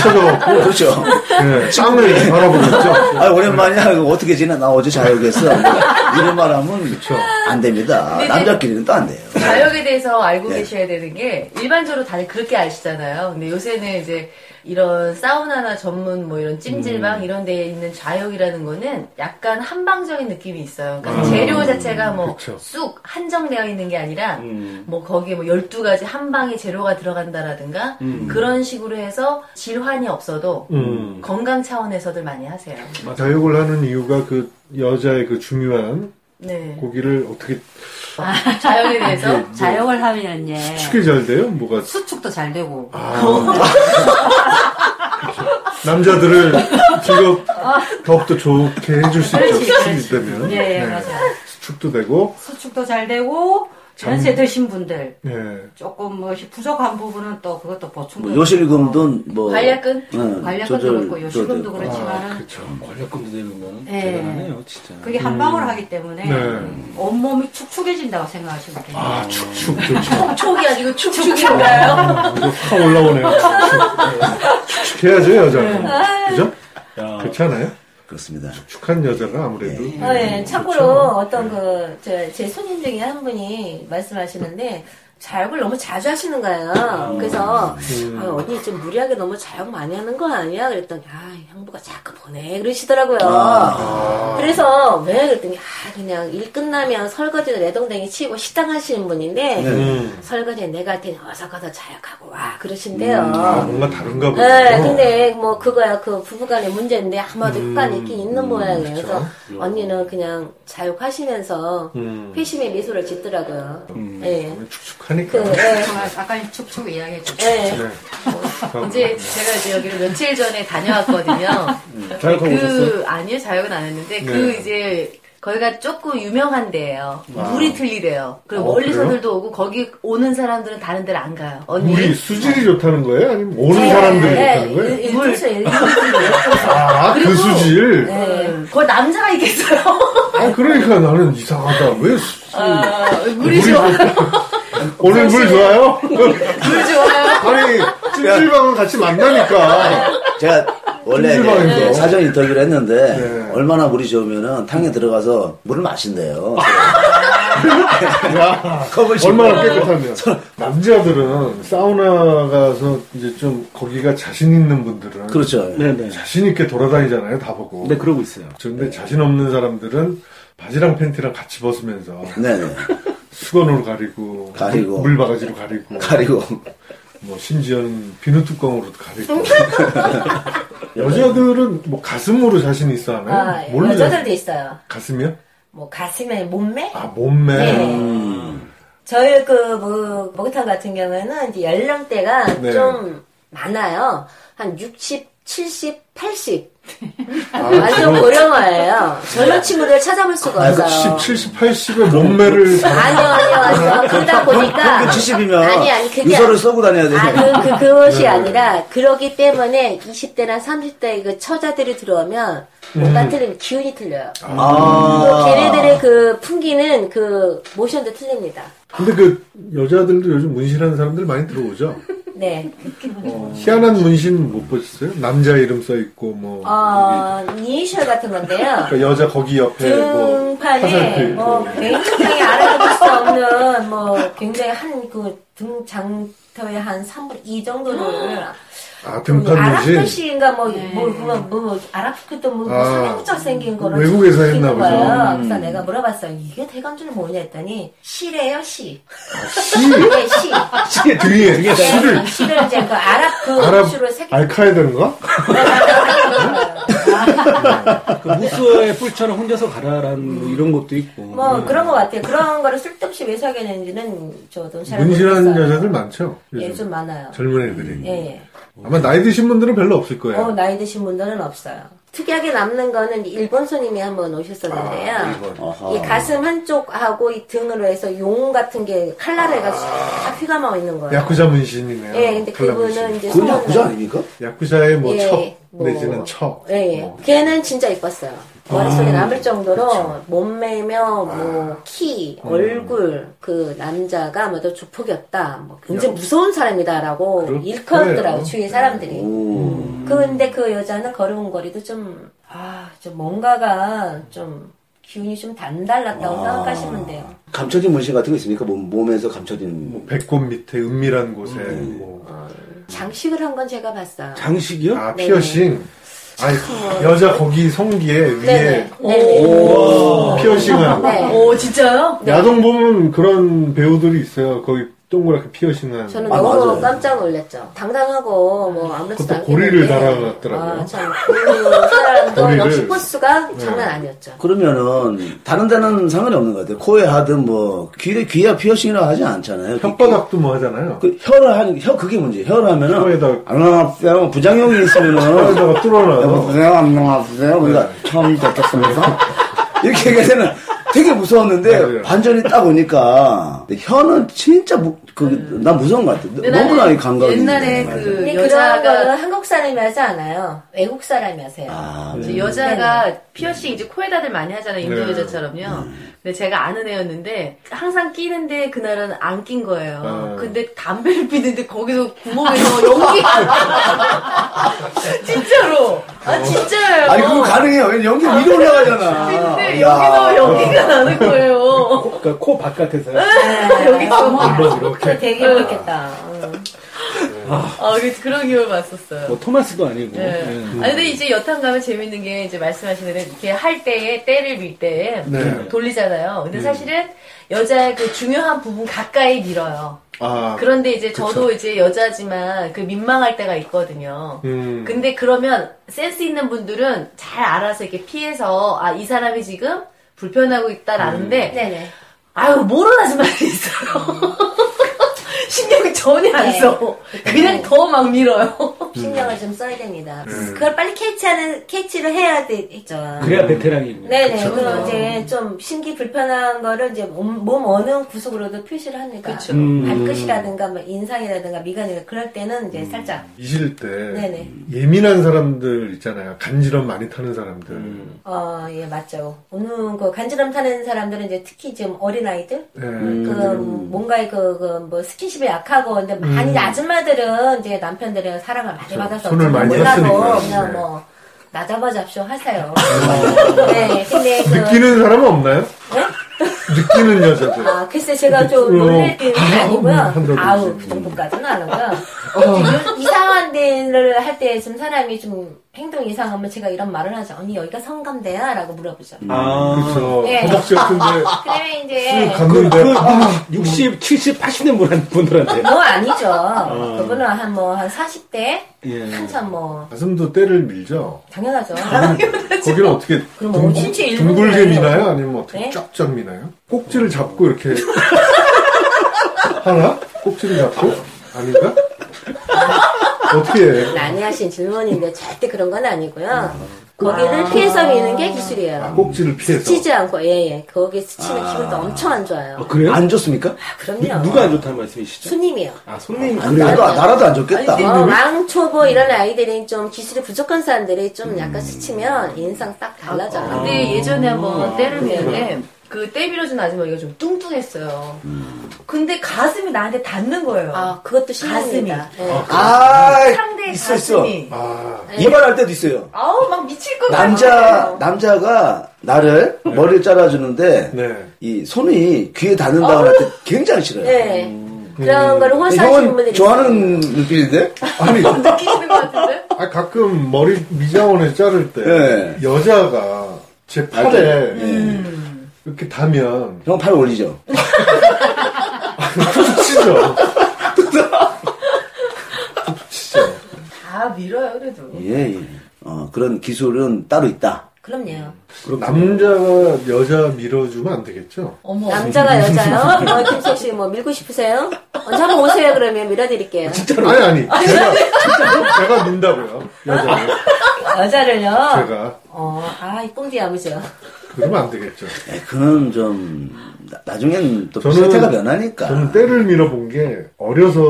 [SPEAKER 4] 쳐져갖고
[SPEAKER 2] 그렇죠.
[SPEAKER 4] 예, 땀을 바라보겠죠.
[SPEAKER 2] 아 오랜만이야. 이거 어떻게 지내? 나 어제 자욕했어. 뭐 이런 말 하면 안 됩니다.
[SPEAKER 1] 이제-
[SPEAKER 2] 남자끼리는 또 안 돼요.
[SPEAKER 1] 자역에 대해서 알고
[SPEAKER 4] 네.
[SPEAKER 1] 계셔야 되는 게 일반적으로 다들 그렇게 아시잖아요. 근데 요새는 이제 이런 사우나나 전문 뭐 이런
[SPEAKER 4] 음.
[SPEAKER 1] 찜질방 이런 데에 있는 좌욕이라는 거는 약간 한방적인 느낌이 있어요. 그러니까 재료 자체가 뭐
[SPEAKER 4] 아, 그쵸.
[SPEAKER 1] 쑥 한정되어 있는 게 아니라
[SPEAKER 5] 음.
[SPEAKER 1] 뭐 거기에 뭐 12가지 한 방에 재료가 들어간다라든가 그런 식으로 해서 질환이 없어도
[SPEAKER 4] 음.
[SPEAKER 1] 건강 차원에서들 많이 하세요.
[SPEAKER 4] 자욕을 하는 이유가 그 여자의 그 중요한
[SPEAKER 1] 네.
[SPEAKER 4] 고기를 네, 어떻게
[SPEAKER 1] 자연에 대해서
[SPEAKER 6] 자영을 하면은 예.
[SPEAKER 4] 축이 잘 돼요? 뭐가 아.
[SPEAKER 6] 수축도 잘 되고.
[SPEAKER 4] 남자들을 직업 더욱더 좋게 해줄 수 있죠. 축이 되면
[SPEAKER 6] 예, 예,
[SPEAKER 4] 네.
[SPEAKER 6] 맞아요.
[SPEAKER 4] 축도 되고
[SPEAKER 6] 수축도 잘 되고, 연세 드신 분들,
[SPEAKER 4] 예.
[SPEAKER 6] 조금 뭐 부족한 부분은 또 그것도 보충도.
[SPEAKER 2] 뭐 요실금도 뭐
[SPEAKER 1] 관략근?
[SPEAKER 2] 응,
[SPEAKER 6] 관략근도
[SPEAKER 2] 조절- 아,
[SPEAKER 6] 그렇고 요실금도
[SPEAKER 2] 조절.
[SPEAKER 6] 그렇지만은
[SPEAKER 4] 그렇죠.
[SPEAKER 5] 권력금도 되면
[SPEAKER 6] 예.
[SPEAKER 5] 대단하네요, 진짜.
[SPEAKER 6] 그게
[SPEAKER 2] 음.
[SPEAKER 6] 한 방울 하기 때문에
[SPEAKER 4] 네.
[SPEAKER 6] 온몸이 축축해진다고 생각하시면 돼요.
[SPEAKER 4] 아 축축 좋죠.
[SPEAKER 1] 촉이 아니고 축축인가요?
[SPEAKER 4] 이거 확 올라오네요. 축축. 축축해야죠 여자는. 그죠?
[SPEAKER 5] 야,
[SPEAKER 4] 그렇지 않아요?
[SPEAKER 2] 그렇습니다.
[SPEAKER 4] 축한 여자가 아무래도
[SPEAKER 3] 어, 예. 참고로 어떤 그, 저, 제 손님 중에 한 분이 말씀하시는데, 자욕을 너무 자주 하시는 거예요. 그래서, 아, 언니 좀 무리하게 너무 자욕 많이 하는 거 아니야? 그랬더니, 아, 형부가 자꾸 보내. 그러시더라고요. 그래서, 왜? 그랬더니, 아, 그냥 일 끝나면 설거지도 내동댕이 치고 식당 하시는 분인데,
[SPEAKER 4] 네. 음.
[SPEAKER 3] 설거지 내가 할 테니 어서 가서 자욕하고 와. 그러신대요.
[SPEAKER 4] 아, 뭔가 다른가 보죠.
[SPEAKER 3] 네, 근데 뭐 그거야 그 부부간의 문제인데 아마도 효과는 있긴 있는 모양이에요. 그래서 언니는 그냥 자욕하시면서 회심의 미소를 짓더라고요. 예.
[SPEAKER 4] 축축
[SPEAKER 3] 그,
[SPEAKER 4] 하니까.
[SPEAKER 3] 예.
[SPEAKER 6] 아까 축축 이야기했죠.
[SPEAKER 3] 예.
[SPEAKER 4] 네.
[SPEAKER 1] 이제 제가 이제 여기를 며칠 전에 다녀왔거든요.
[SPEAKER 5] 자격하고
[SPEAKER 1] 그 아니요 자격은 안 했는데 그
[SPEAKER 4] 네.
[SPEAKER 1] 이제 거기가 조금 유명한 데예요. 물이 틀리대요. 아, 그리고
[SPEAKER 4] 어,
[SPEAKER 1] 멀리서들도 오고 거기 오는 사람들은 다른 데를 안 가요. 언니
[SPEAKER 4] 물이 수질이 좋다는 거예요? 아니면 오는
[SPEAKER 3] 예,
[SPEAKER 4] 사람들이
[SPEAKER 3] 예,
[SPEAKER 4] 좋다는 거예요?
[SPEAKER 3] 일- 일조세, 일조세.
[SPEAKER 4] 아, 그
[SPEAKER 1] 그리고- 네.
[SPEAKER 4] 수질?
[SPEAKER 3] 예.
[SPEAKER 1] 거기 남자가 있겠어요.
[SPEAKER 4] 아, 그러니까 나는 이상하다. 왜 수질?
[SPEAKER 1] 물이 좋아.
[SPEAKER 4] 오늘 물 좋아요?
[SPEAKER 1] 물 좋아요.
[SPEAKER 4] 아니, 찜질방은 같이 만나니까.
[SPEAKER 2] 제가 원래
[SPEAKER 4] 찜질방에서.
[SPEAKER 2] 이제 사전 인터뷰를 했는데
[SPEAKER 4] 네.
[SPEAKER 2] 얼마나 물이 좋으면은 탕에 들어가서 물을 마신대요.
[SPEAKER 4] 아. 야,
[SPEAKER 2] 컵을 씻고.
[SPEAKER 4] 얼마나 깨끗하면. 남자들은 사우나 가서 이제 좀 거기가 자신 있는 분들은.
[SPEAKER 2] 그렇죠.
[SPEAKER 5] 네네.
[SPEAKER 4] 자신 있게 돌아다니잖아요, 다 보고.
[SPEAKER 5] 네 그러고 있어요.
[SPEAKER 4] 그런데 자신 없는 사람들은 바지랑 팬티랑 같이 벗으면서
[SPEAKER 2] 네네.
[SPEAKER 4] 수건으로 가리고,
[SPEAKER 2] 가리고.
[SPEAKER 4] 물 바가지로
[SPEAKER 5] 네.
[SPEAKER 4] 가리고,
[SPEAKER 2] 가리고
[SPEAKER 4] 뭐 심지어는 비누 뚜껑으로도 가리고. 여자들은 뭐 가슴으로 자신 있어 하나요?
[SPEAKER 3] 아,
[SPEAKER 4] 뭘로
[SPEAKER 3] 여자들도
[SPEAKER 4] 자신-
[SPEAKER 3] 있어요.
[SPEAKER 4] 가슴이요?
[SPEAKER 3] 뭐 가슴에 몸매?
[SPEAKER 4] 아 몸매.
[SPEAKER 3] 네.
[SPEAKER 2] 음.
[SPEAKER 3] 저희 그 뭐, 목욕탕 같은 경우에는 이제 연령대가
[SPEAKER 4] 네.
[SPEAKER 3] 좀 많아요. 한 60, 70, 80.
[SPEAKER 4] 아,
[SPEAKER 3] 완전 고령화예요. 젊은 친구들 찾아볼 수가
[SPEAKER 4] 아, 그
[SPEAKER 3] 없어요.
[SPEAKER 4] 10, 70, 80의 몸매를 다-
[SPEAKER 3] 아니요, 아니요, 아니요. 그러다 보니까.
[SPEAKER 2] 평균 70이면
[SPEAKER 3] 아니, 아니, 그게.
[SPEAKER 2] 유서를 써고 다녀야
[SPEAKER 3] 아,
[SPEAKER 2] 돼요.
[SPEAKER 3] 그, 그, 그것이 아니라, 그러기 때문에 20대나 30대 그 처자들이 들어오면, 뭔가 틀린, 기운이 틀려요.
[SPEAKER 2] 아.
[SPEAKER 3] 뭐 걔네들의 그 풍기는 그 모션도 틀립니다.
[SPEAKER 4] 근데 그 여자들도 요즘 문신하는 사람들 많이 들어오죠.
[SPEAKER 3] 네.
[SPEAKER 4] 희한한 문신 못 보셨어요? 남자 이름 써 있고 뭐
[SPEAKER 3] 어, 이니셜 같은 건데요.
[SPEAKER 4] 여기, 그러니까 여자 거기 옆에 뭐
[SPEAKER 3] 등판에
[SPEAKER 4] 화살표 있고.
[SPEAKER 3] 뭐 굉장히 알아볼 수 없는 뭐 굉장히 한 그 등장터의 한 3분 이 정도를
[SPEAKER 4] 아 등판 문신.
[SPEAKER 3] 아랍글씨인가 뭐 뭐뭐뭐뭐 아랍글도 뭐
[SPEAKER 4] 아,
[SPEAKER 3] 성형적 생긴 거를
[SPEAKER 4] 외국에서
[SPEAKER 3] 찍은
[SPEAKER 4] 했나 보죠. 음.
[SPEAKER 3] 거예요. 그래서 내가 물어봤어요. 이게 대관절 뭐냐 했더니 시래요 시.
[SPEAKER 4] 아, 시
[SPEAKER 3] 네 시.
[SPEAKER 4] 등에
[SPEAKER 3] 네,
[SPEAKER 4] 시를
[SPEAKER 3] 시를 이제 그 아랍 그
[SPEAKER 4] 아랍
[SPEAKER 3] 시로 새끼.
[SPEAKER 4] 알카에다인가?
[SPEAKER 5] 그 무스의 뿔처럼 혼자서 가라라는 뭐 이런 것도 있고.
[SPEAKER 3] 뭐
[SPEAKER 4] 음.
[SPEAKER 3] 그런 것 같아요. 그런 거를 쓸데없이 왜 사게 되는지는 저도 잘
[SPEAKER 4] 문신하는
[SPEAKER 3] 모르겠어요.
[SPEAKER 4] 여자들 많죠. 요즘
[SPEAKER 3] 예, 좀 많아요.
[SPEAKER 4] 젊은 애들이.
[SPEAKER 3] 예, 예.
[SPEAKER 4] 아마 나이 드신 분들은 별로 없을
[SPEAKER 2] 네.
[SPEAKER 4] 거예요.
[SPEAKER 3] 어, 나이 드신 분들은 없어요. 특이하게 남는 거는 일본 손님이 한번 오셨었는데요.
[SPEAKER 2] 아,
[SPEAKER 3] 이 가슴 한쪽하고 이 등으로 해서 용 같은 게 칼날에가 다 휘감아 있는 거예요.
[SPEAKER 4] 야쿠자 문신이네요.
[SPEAKER 3] 네. 예, 근데
[SPEAKER 4] 칼라
[SPEAKER 3] 그분은
[SPEAKER 4] 문신.
[SPEAKER 3] 이제
[SPEAKER 2] 그건 야구자
[SPEAKER 3] 손으로-
[SPEAKER 2] 아닙니까?
[SPEAKER 4] 야쿠자의 뭐
[SPEAKER 3] 예,
[SPEAKER 4] 척,
[SPEAKER 3] 뭐-
[SPEAKER 4] 내지는 척.
[SPEAKER 3] 예, 예.
[SPEAKER 4] 뭐. 아,
[SPEAKER 3] 걔는 진짜 이뻤어요. 머릿속에 남을 정도로
[SPEAKER 4] 그렇죠.
[SPEAKER 3] 몸매며 뭐 키,
[SPEAKER 4] 음.
[SPEAKER 3] 얼굴 그 남자가 뭐더 조폭이었다. 뭐 굉장히 무서운 사람이다라고
[SPEAKER 4] 그렇-
[SPEAKER 3] 일컬더라고
[SPEAKER 4] 그래요.
[SPEAKER 3] 주위 사람들이.
[SPEAKER 2] 오.
[SPEAKER 3] 근데 그 여자는 걸음걸이도 좀, 아, 좀 뭔가가 좀 기운이 좀
[SPEAKER 4] 아.
[SPEAKER 3] 단달랐다고 생각하시면 돼요.
[SPEAKER 2] 감춰진 문신 같은 거 있습니까? 몸, 몸에서 감춰진.
[SPEAKER 4] 뭐 배꼽 밑에 은밀한 곳에
[SPEAKER 3] 음.
[SPEAKER 4] 뭐.
[SPEAKER 3] 장식을 한 건 제가 봤어요.
[SPEAKER 5] 장식이요?
[SPEAKER 4] 아
[SPEAKER 3] 네.
[SPEAKER 4] 피어싱. 아니 여자 거기 성기에 위에
[SPEAKER 3] 네네. 네네.
[SPEAKER 4] 피어싱하고.
[SPEAKER 3] 네.
[SPEAKER 1] 오 진짜요?
[SPEAKER 4] 야동 보면 그런 배우들이 있어요. 거기 동그랗게 피어싱한.
[SPEAKER 3] 저는
[SPEAKER 2] 아,
[SPEAKER 3] 너무
[SPEAKER 2] 맞아요.
[SPEAKER 3] 깜짝 놀랐죠. 당당하고 뭐 아무렇지도
[SPEAKER 4] 그것도
[SPEAKER 3] 않게.
[SPEAKER 4] 고리를 달아놨더라고요.
[SPEAKER 3] 아, 참. 그 사람도
[SPEAKER 4] 고리를. 네.
[SPEAKER 3] 역시 포스가 장난 아니었죠.
[SPEAKER 2] 그러면은 다른 데는 상관이 없는 것 같아요. 코에 하든 뭐 귀에 귀야 피어싱이라 하지 않잖아요.
[SPEAKER 4] 혓바닥도 뭐 하잖아요.
[SPEAKER 2] 그 혀를 하는 혀 그게 문제. 혀를 하면은
[SPEAKER 4] 혀에다-
[SPEAKER 2] 안녕하세요 부장형이 있으면은
[SPEAKER 4] 혓바닥 뚫어놔요.
[SPEAKER 2] 여보세요 안녕하세요. 우리가
[SPEAKER 4] 네.
[SPEAKER 2] 처음 뵙겠습니다. 이렇게 얘기하면 되게 무서웠는데
[SPEAKER 4] 맞아요. 네.
[SPEAKER 2] 반전이 딱 오니까 근데 혀는 진짜 무, 그, 난 무서운 것 같아. 너무나 이 감각이
[SPEAKER 1] 옛날에
[SPEAKER 2] 있는 거예요.
[SPEAKER 1] 그
[SPEAKER 3] 근데 음. 그런 거는
[SPEAKER 1] 여자가
[SPEAKER 3] 한국 사람이 하지 않아요. 외국 사람이 하세요.
[SPEAKER 2] 아,
[SPEAKER 1] 이제
[SPEAKER 2] 네.
[SPEAKER 1] 여자가 피어싱 이제 코에다들 많이 하잖아요 인도
[SPEAKER 4] 네.
[SPEAKER 1] 여자처럼요.
[SPEAKER 2] 음.
[SPEAKER 1] 근데 제가 아는 애였는데 항상 끼는데 그날은 안 낀 거예요.
[SPEAKER 4] 아.
[SPEAKER 1] 근데 담배를 피는데 거기서 구멍에서 연기가 진짜로 아 진짜예요.
[SPEAKER 2] 어. 아니 그거 가능해요. 왜냐면 연기 위로 올라가잖아.
[SPEAKER 1] 근데
[SPEAKER 2] 야.
[SPEAKER 1] 여기서 연기가 나는 거예요.
[SPEAKER 5] 그러니까 코 바깥에서
[SPEAKER 3] 아, 여기서 그 되게 그렇겠다.
[SPEAKER 1] 네.
[SPEAKER 3] 어.
[SPEAKER 1] 아, 그- 그런 기억을 봤었어요.
[SPEAKER 5] 뭐 토마스도 아니고.
[SPEAKER 1] 네.
[SPEAKER 4] 그
[SPEAKER 5] 예.
[SPEAKER 1] 아, 근데 이제 여탕 가면 재밌는 게 이제 말씀하신 대로 이렇게 할 때에 때를 밀 때에
[SPEAKER 4] 네.
[SPEAKER 1] 돌리잖아요. 근데 사실은 여자의 그 중요한 부분 가까이 밀어요.
[SPEAKER 4] 아
[SPEAKER 1] 그런데 이제 저도 이제 여자지만 그 민망할 때가 있거든요.
[SPEAKER 4] 음.
[SPEAKER 1] 근데 그러면 센스 있는 분들은 잘 알아서 이렇게 피해서 아, 이 사람이 지금 불편하고 있다라는데
[SPEAKER 4] 음.
[SPEAKER 3] 네네.
[SPEAKER 1] 아유, 모르는 아줌마들이 있어요. 안 써. 그냥 더 막 밀어요.
[SPEAKER 4] 음.
[SPEAKER 3] 신경을 좀 써야 됩니다. 그걸 빨리 캐치하는 캐치를 해야 되겠죠.
[SPEAKER 5] 그래야 베테랑이군요.
[SPEAKER 3] 네네. 그리 이제 좀 심기 불편한 거를 이제 몸, 몸 어느 구석으로도 표시를 합니다.
[SPEAKER 1] 그쵸.
[SPEAKER 5] 음.
[SPEAKER 3] 발끝이라든가 뭐 인상이라든가 미간이라 그럴 때는
[SPEAKER 4] 음.
[SPEAKER 3] 이제 살짝
[SPEAKER 4] 이실 때
[SPEAKER 3] 네네.
[SPEAKER 4] 예민한 사람들 있잖아요. 간지럼 많이 타는 사람들.
[SPEAKER 3] 어 예 맞죠. 오는 그 간지럼 타는 사람들은 이제 특히 지금 어린 아이들
[SPEAKER 4] 네.
[SPEAKER 3] 그 뭔가의 그뭐 스킨십에 약하고 근데 많이 아줌마들은 이제 남편들은 사랑을 많이 받아서
[SPEAKER 4] 음. 손을 많이
[SPEAKER 3] 몰라도
[SPEAKER 4] 했으니까.
[SPEAKER 3] 그냥
[SPEAKER 4] 네. 어.
[SPEAKER 3] 뭐 나잡아 잡쇼 하세요. 네. 근데 그
[SPEAKER 4] 느끼는 사람은 없나요?
[SPEAKER 3] 네?
[SPEAKER 4] 느끼는 여자들.
[SPEAKER 3] 아, 글쎄 제가 좀
[SPEAKER 4] 어.
[SPEAKER 3] 놀랄 때는 아니고요.
[SPEAKER 4] 음, 음. 어.
[SPEAKER 3] 아우, 그 정도까지는 안 하고요. 지금 이상한 데를 할 때 좀 사람이 좀 행동 이상하면 제가 이런 말을 하죠. 언니 여기가 성감대야? 라고 물어보죠.
[SPEAKER 5] 아.
[SPEAKER 4] 그렇죠.
[SPEAKER 3] 네.
[SPEAKER 4] 허벅지 같은데
[SPEAKER 3] 그러면 이제
[SPEAKER 4] 쓱 갔는데
[SPEAKER 5] 그
[SPEAKER 4] 아,
[SPEAKER 5] 60, 70, 80대 분- 분들한테.
[SPEAKER 3] 뭐 아니죠. 그분은 한 뭐 한 40대
[SPEAKER 5] 예.
[SPEAKER 3] 한참 뭐
[SPEAKER 4] 가슴도 때를 밀죠.
[SPEAKER 3] 당연하죠.
[SPEAKER 4] 거기는 어떻게
[SPEAKER 3] 그럼
[SPEAKER 4] 둥-
[SPEAKER 3] 엄지 일부분이에요.
[SPEAKER 4] 둥글게 미나요? 아니면 어떻게
[SPEAKER 3] 네? 어.
[SPEAKER 4] 쫙쫙 미나요? 꼭지를 잡고 이렇게 하나? 꼭지를 잡고 아닌가? 어떻게 해?
[SPEAKER 3] 난이하신 질문인데 절대 그런 건 아니고요. 거기를 피해서 미는 게
[SPEAKER 4] 아,
[SPEAKER 3] 기술이에요.
[SPEAKER 4] 꼭지를 피해서
[SPEAKER 3] 스치지 않고 예예 거기에 스치면 기분도 엄청 안
[SPEAKER 5] 아,
[SPEAKER 3] 좋아요.
[SPEAKER 5] 그래요?
[SPEAKER 2] 안 좋습니까?
[SPEAKER 3] 아, 그럼요.
[SPEAKER 5] 누가 안 좋다는 말씀이시죠?
[SPEAKER 3] 손님이요.
[SPEAKER 5] 아, 손님.
[SPEAKER 2] 아니, 아. 나도, 나라도 안 좋겠다.
[SPEAKER 3] 어, 왕초보 이런 아이들이 좀 기술이 부족한 사람들이 좀 약간 스치면 인상 딱 달라져요.
[SPEAKER 1] 근데 예전에
[SPEAKER 2] 음.
[SPEAKER 1] 한번 때를
[SPEAKER 2] 네.
[SPEAKER 1] 밀었는데 그 때 밀어준 아줌마가 좀 뚱뚱했어요.
[SPEAKER 2] 음.
[SPEAKER 1] 근데 가슴이 나한테 닿는 거예요.
[SPEAKER 3] 아, 그것도 심합니다. 예.
[SPEAKER 2] 아,
[SPEAKER 1] 상대의
[SPEAKER 2] 있어, 있어.
[SPEAKER 1] 가슴이.
[SPEAKER 4] 아,
[SPEAKER 2] 이발할 때도 있어요.
[SPEAKER 1] 아우 막 미칠 것
[SPEAKER 2] 남자,
[SPEAKER 1] 같아요.
[SPEAKER 2] 남자가 나를 머리를 잘라주는데,
[SPEAKER 4] 네.
[SPEAKER 2] 이 손이 귀에 닿는다고 할 때 굉장히 싫어요.
[SPEAKER 3] 네. 그런 거를
[SPEAKER 2] 근데
[SPEAKER 3] 호소하시는
[SPEAKER 2] 형은
[SPEAKER 3] 분들이
[SPEAKER 2] 좋아하는 눈빛인데?
[SPEAKER 4] 아니
[SPEAKER 1] 느끼시는 것 같은데?
[SPEAKER 4] 아, 가끔 머리 미장원에 자를 때
[SPEAKER 2] 네.
[SPEAKER 4] 여자가 제 팔에 이렇게 다면 그
[SPEAKER 2] 형 팔 올리죠.
[SPEAKER 4] 툭 치죠. 툭 치죠.
[SPEAKER 1] 다 밀어요 그래도.
[SPEAKER 2] 예, 예. 어, 그런 기술은 따로 있다.
[SPEAKER 3] 있어요. 그럼요.
[SPEAKER 4] 그럼 남자가 여자 밀어주면 안 되겠죠?
[SPEAKER 1] 어머.
[SPEAKER 3] 남자가 여자요? 어, 김석 씨, 뭐, 밀고 싶으세요? 언제 한번 오세요, 그러면 밀어드릴게요.
[SPEAKER 4] 아니 아니 제가 진짜 제가 민다고요 여자를
[SPEAKER 3] 여자를요?
[SPEAKER 4] 제가
[SPEAKER 3] 어, 아, 이 꽁디 아무죠.
[SPEAKER 4] 그러면 안 되겠죠.
[SPEAKER 2] 예, 그는 좀, 나, 나중엔 또
[SPEAKER 4] 저는-
[SPEAKER 2] 세태가 변하니까.
[SPEAKER 4] 저는 때를 밀어본 게 어려서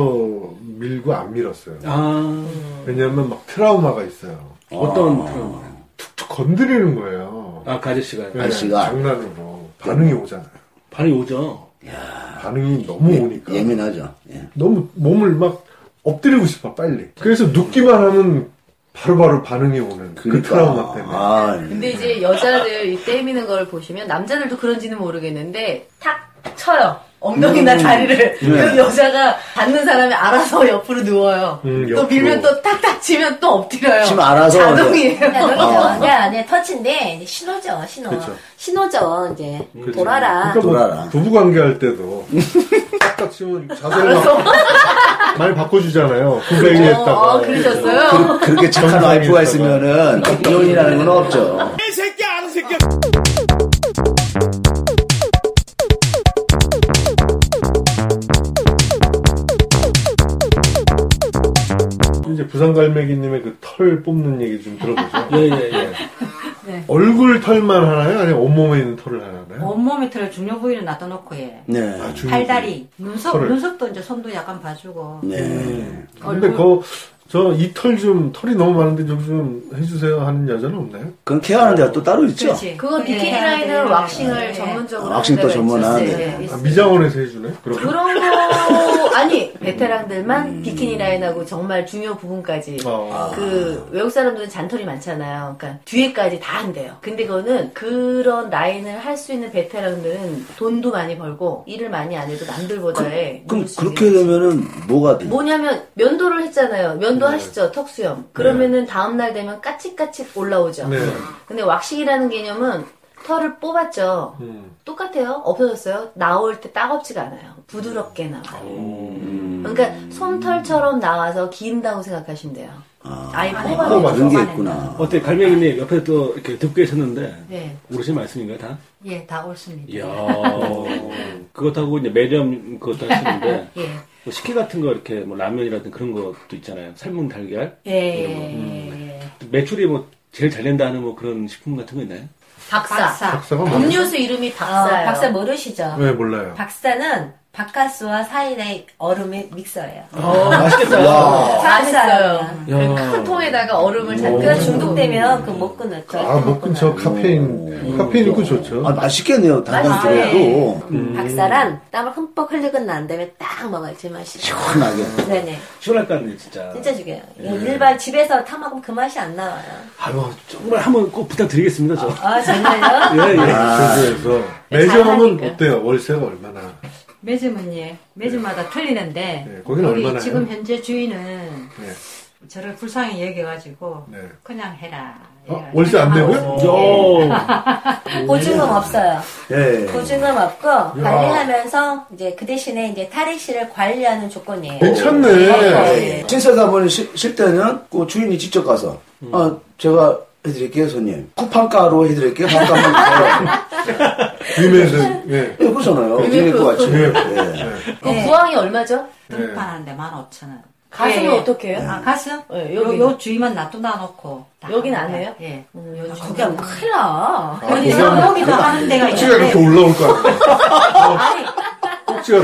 [SPEAKER 4] 밀고 안 밀었어요.
[SPEAKER 5] 아,
[SPEAKER 2] 음.
[SPEAKER 4] 왜냐하면 막 트라우마가 있어요.
[SPEAKER 5] 어떤 프로그램?
[SPEAKER 4] 툭툭 건드리는 거예요.
[SPEAKER 5] 아, 그 아저씨가.
[SPEAKER 4] 네,
[SPEAKER 2] 아저씨가. 음.
[SPEAKER 4] 장난으로 반응이 오잖아요.
[SPEAKER 5] 반이 오죠.
[SPEAKER 4] 반응이 너무 오니까
[SPEAKER 2] 예민하죠. 예.
[SPEAKER 4] 너무 몸을 막 엎드리고 싶어 빨리. 그래서 눕기만 하면 바로바로 반응이 오는 그
[SPEAKER 2] 그러니까.
[SPEAKER 4] 트라우마 때문에.
[SPEAKER 2] 아, 예.
[SPEAKER 1] 근데 이제 여자들 이 때미는 걸 보시면 남자들도 그런지는 모르겠는데 탁 쳐요. 엉덩이나
[SPEAKER 2] 음. 네.
[SPEAKER 1] 다리를. 그럼 여자가 받는 사람이 알아서 옆으로 누워요.
[SPEAKER 4] 음,
[SPEAKER 1] 또
[SPEAKER 4] 옆으로.
[SPEAKER 1] 밀면 또 탁탁 치면 또 엎드려요.
[SPEAKER 2] 치면 알아서 어.
[SPEAKER 1] 자동이에요.
[SPEAKER 3] 그냥 그렇죠. 그냥, 네, 터치인데, 이제 신호죠, 신호.
[SPEAKER 4] 그쵸.
[SPEAKER 3] 신호죠, 이제.
[SPEAKER 4] 그렇죠.
[SPEAKER 3] 돌아라.
[SPEAKER 4] 그러니까 뭐
[SPEAKER 2] 돌아라.
[SPEAKER 4] 부부 관계할 때도 딱딱 치면 자세를 막 많이 바꿔주잖아요.
[SPEAKER 1] 어,
[SPEAKER 4] 구백에다가
[SPEAKER 1] 어, 그러셨어요?
[SPEAKER 2] 그, 렇게 착한
[SPEAKER 4] 정상이
[SPEAKER 2] 와이프가
[SPEAKER 4] 있다가.
[SPEAKER 2] 있으면은 이혼이라는 건 없죠.
[SPEAKER 4] 이제 부산갈매기님의 그 털 뽑는 얘기 좀
[SPEAKER 5] 예,
[SPEAKER 4] 들어보죠.
[SPEAKER 5] 예, 예.
[SPEAKER 4] 얼굴 털만 하나요? 아니면 온몸에 있는 털을 하나요?
[SPEAKER 6] 온몸 밑으로 중요 부위를 놔둬놓고 예.
[SPEAKER 2] 네.
[SPEAKER 4] 아, 중요하지.
[SPEAKER 6] 팔다리, 눈썹,
[SPEAKER 4] 털을. 예.
[SPEAKER 6] 눈썹도 이제 손도 약간 봐주고.
[SPEAKER 2] 네.
[SPEAKER 4] 근데 그저이 털 좀 털이 너무 많은데 좀 좀 해주세요 하는 여자는 없나요? 아,
[SPEAKER 2] 그건 케어하는 데가 또 따로 있죠.
[SPEAKER 6] 그렇지.
[SPEAKER 1] 그거 비키니
[SPEAKER 6] 예.
[SPEAKER 1] 라인은 왁싱을
[SPEAKER 6] 예.
[SPEAKER 1] 전문적으로
[SPEAKER 2] 네. 아, 왁싱 또
[SPEAKER 1] 하는 데가
[SPEAKER 2] 전문화하네.
[SPEAKER 1] 있어요. 예,
[SPEAKER 2] 아,
[SPEAKER 4] 아,
[SPEAKER 1] 있어요.
[SPEAKER 4] 미장원에서 해주네? 그럼
[SPEAKER 1] 그런 거 아니 베테랑들만
[SPEAKER 2] 음.
[SPEAKER 1] 비키니 라인하고 정말 중요 부분까지
[SPEAKER 4] 어.
[SPEAKER 1] 그 외국 사람들은 잔털이 많잖아요. 그러니까 뒤에까지 다 한대요. 근데 그거는 그런 라인을 할 수 있는 베테랑들은 돈도 많이 벌고 일을 많이 안 해도 남들보다에
[SPEAKER 2] 그럼
[SPEAKER 1] 누릴 수
[SPEAKER 2] 그렇게
[SPEAKER 1] 있는
[SPEAKER 2] 되면은 뭐가 돼요?
[SPEAKER 1] 뭐냐면 면도를 했잖아요.
[SPEAKER 4] 네.
[SPEAKER 1] 면도 하시죠 턱수염. 그러면은 다음 날 되면 까치까치 올라오죠.
[SPEAKER 4] 네.
[SPEAKER 1] 근데 왁싱이라는 개념은 털을 뽑았죠.
[SPEAKER 4] 음.
[SPEAKER 1] 똑같아요. 없어졌어요. 나올 때 따갑지가 않아요.
[SPEAKER 4] 음.
[SPEAKER 1] 부드럽게 나와요. 그러니까 솜털처럼 나와서 긴다고 생각하시면 돼요.
[SPEAKER 6] 아이
[SPEAKER 4] 어,
[SPEAKER 2] 아,
[SPEAKER 6] 뽑아내고
[SPEAKER 2] 그런 게
[SPEAKER 6] 뽑아낸다.
[SPEAKER 2] 있구나.
[SPEAKER 5] 어때 갈매기님 옆에 또 이렇게 듣고 계셨는데
[SPEAKER 6] 네,
[SPEAKER 5] 오르신 말씀인가요 다?
[SPEAKER 6] 예, 다 옳습니다.
[SPEAKER 5] 이야 그것하고 이제 매점 그것도 하시는데
[SPEAKER 6] 예,
[SPEAKER 5] 뭐 식혜 같은 거 이렇게 뭐 라면이라든 그런 것도 있잖아요 삶은 달걀
[SPEAKER 6] 예,
[SPEAKER 4] 뭐, 음.
[SPEAKER 6] 예, 예.
[SPEAKER 5] 매출이 뭐 제일 잘 낸다는 뭐 그런 식품 같은 거 있나요?
[SPEAKER 1] 박사.
[SPEAKER 6] 박사.
[SPEAKER 4] 박사가 네. 뭐예요?
[SPEAKER 1] 음료수 이름이
[SPEAKER 6] 어,
[SPEAKER 1] 박사예요.
[SPEAKER 6] 박사 모르시죠?
[SPEAKER 4] 왜 몰라요?
[SPEAKER 3] 박사는 바카스와 사이다의 얼음의 믹서예요.
[SPEAKER 4] 어,
[SPEAKER 5] 아, 맛있겠다
[SPEAKER 2] 와.
[SPEAKER 1] 잘했어요. 그
[SPEAKER 3] 박사예요.
[SPEAKER 5] 야.
[SPEAKER 1] 큰 통에다가 얼음을 잔뜩
[SPEAKER 3] 그거 중독되면 그 못 끊었죠.
[SPEAKER 4] 아, 못 끊죠. 카페인. 카페인 있고 좋죠.
[SPEAKER 2] 아, 맛있겠네요. 당장
[SPEAKER 1] 맛있네.
[SPEAKER 2] 들어도.
[SPEAKER 3] 박사란 땀을 흠뻑 흘리고 난 다음에 딱 먹을 제맛이
[SPEAKER 2] 시원하게.
[SPEAKER 3] 네네.
[SPEAKER 5] 시원할 거 아니에요 진짜
[SPEAKER 3] 진짜 죽여요. 예, 일반 집에서 타 먹으면 그 맛이 안 나와요.
[SPEAKER 5] 아유 정말 한번 꼭 부탁드리겠습니다 저
[SPEAKER 3] 아 정말요?
[SPEAKER 5] 예, 예.
[SPEAKER 2] 아,
[SPEAKER 4] 제주에서. 매점은
[SPEAKER 3] 잘하니까.
[SPEAKER 4] 어때요? 월세가 얼마나?
[SPEAKER 6] 매점은 예, 매점마다 틀리는데
[SPEAKER 4] 네, 거기는
[SPEAKER 6] 우리
[SPEAKER 4] 얼마나요?
[SPEAKER 6] 지금 현재 주인은
[SPEAKER 4] 네.
[SPEAKER 6] 저를 불쌍히 여겨가지고
[SPEAKER 4] 네.
[SPEAKER 6] 그냥 해라.
[SPEAKER 4] 어?
[SPEAKER 6] 이래가지고
[SPEAKER 4] 월세 안
[SPEAKER 6] 하고
[SPEAKER 4] 내고요?
[SPEAKER 6] 있어요.
[SPEAKER 3] 보증금 예. 없어요.
[SPEAKER 2] 예.
[SPEAKER 3] 보증금 없고 관리하면서 이제 그 대신에 이제 탈의 씨를 관리하는 조건이에요.
[SPEAKER 4] 괜찮네.
[SPEAKER 2] 예.
[SPEAKER 3] 네.
[SPEAKER 2] 신세사 분이 쉴, 쉴 때는 그 주인이 직접 가서
[SPEAKER 4] 음.
[SPEAKER 2] 아 제가 해드릴게요 손님 쿠팡가로 해드릴게요 반값만
[SPEAKER 4] 유명해서,
[SPEAKER 2] 주세요
[SPEAKER 4] 예.
[SPEAKER 2] 그러잖아요 유니크 같이
[SPEAKER 4] 예.
[SPEAKER 2] 예.
[SPEAKER 1] 그
[SPEAKER 6] 네.
[SPEAKER 1] 구황이 얼마죠?
[SPEAKER 6] 등판 한데 15,000원.
[SPEAKER 1] 가슴이
[SPEAKER 6] 예, 예.
[SPEAKER 1] 어떻게 해요?
[SPEAKER 6] 아, 가슴?
[SPEAKER 1] 예,
[SPEAKER 6] 요,
[SPEAKER 1] 여기는.
[SPEAKER 6] 요 주위만 놔두다 놓고. 다
[SPEAKER 1] 여긴
[SPEAKER 6] 하는
[SPEAKER 1] 안
[SPEAKER 6] 거야.
[SPEAKER 1] 해요?
[SPEAKER 6] 예.
[SPEAKER 1] 음, 요즘
[SPEAKER 3] 거기 하면 큰일 나.
[SPEAKER 4] 아,
[SPEAKER 6] 여기서
[SPEAKER 4] 거기 하면
[SPEAKER 6] 여기도 하는 데가
[SPEAKER 4] 꼭지가
[SPEAKER 6] 있는데
[SPEAKER 4] 이렇게 올라올 거 아니에요?
[SPEAKER 6] 아니
[SPEAKER 4] 꼭지가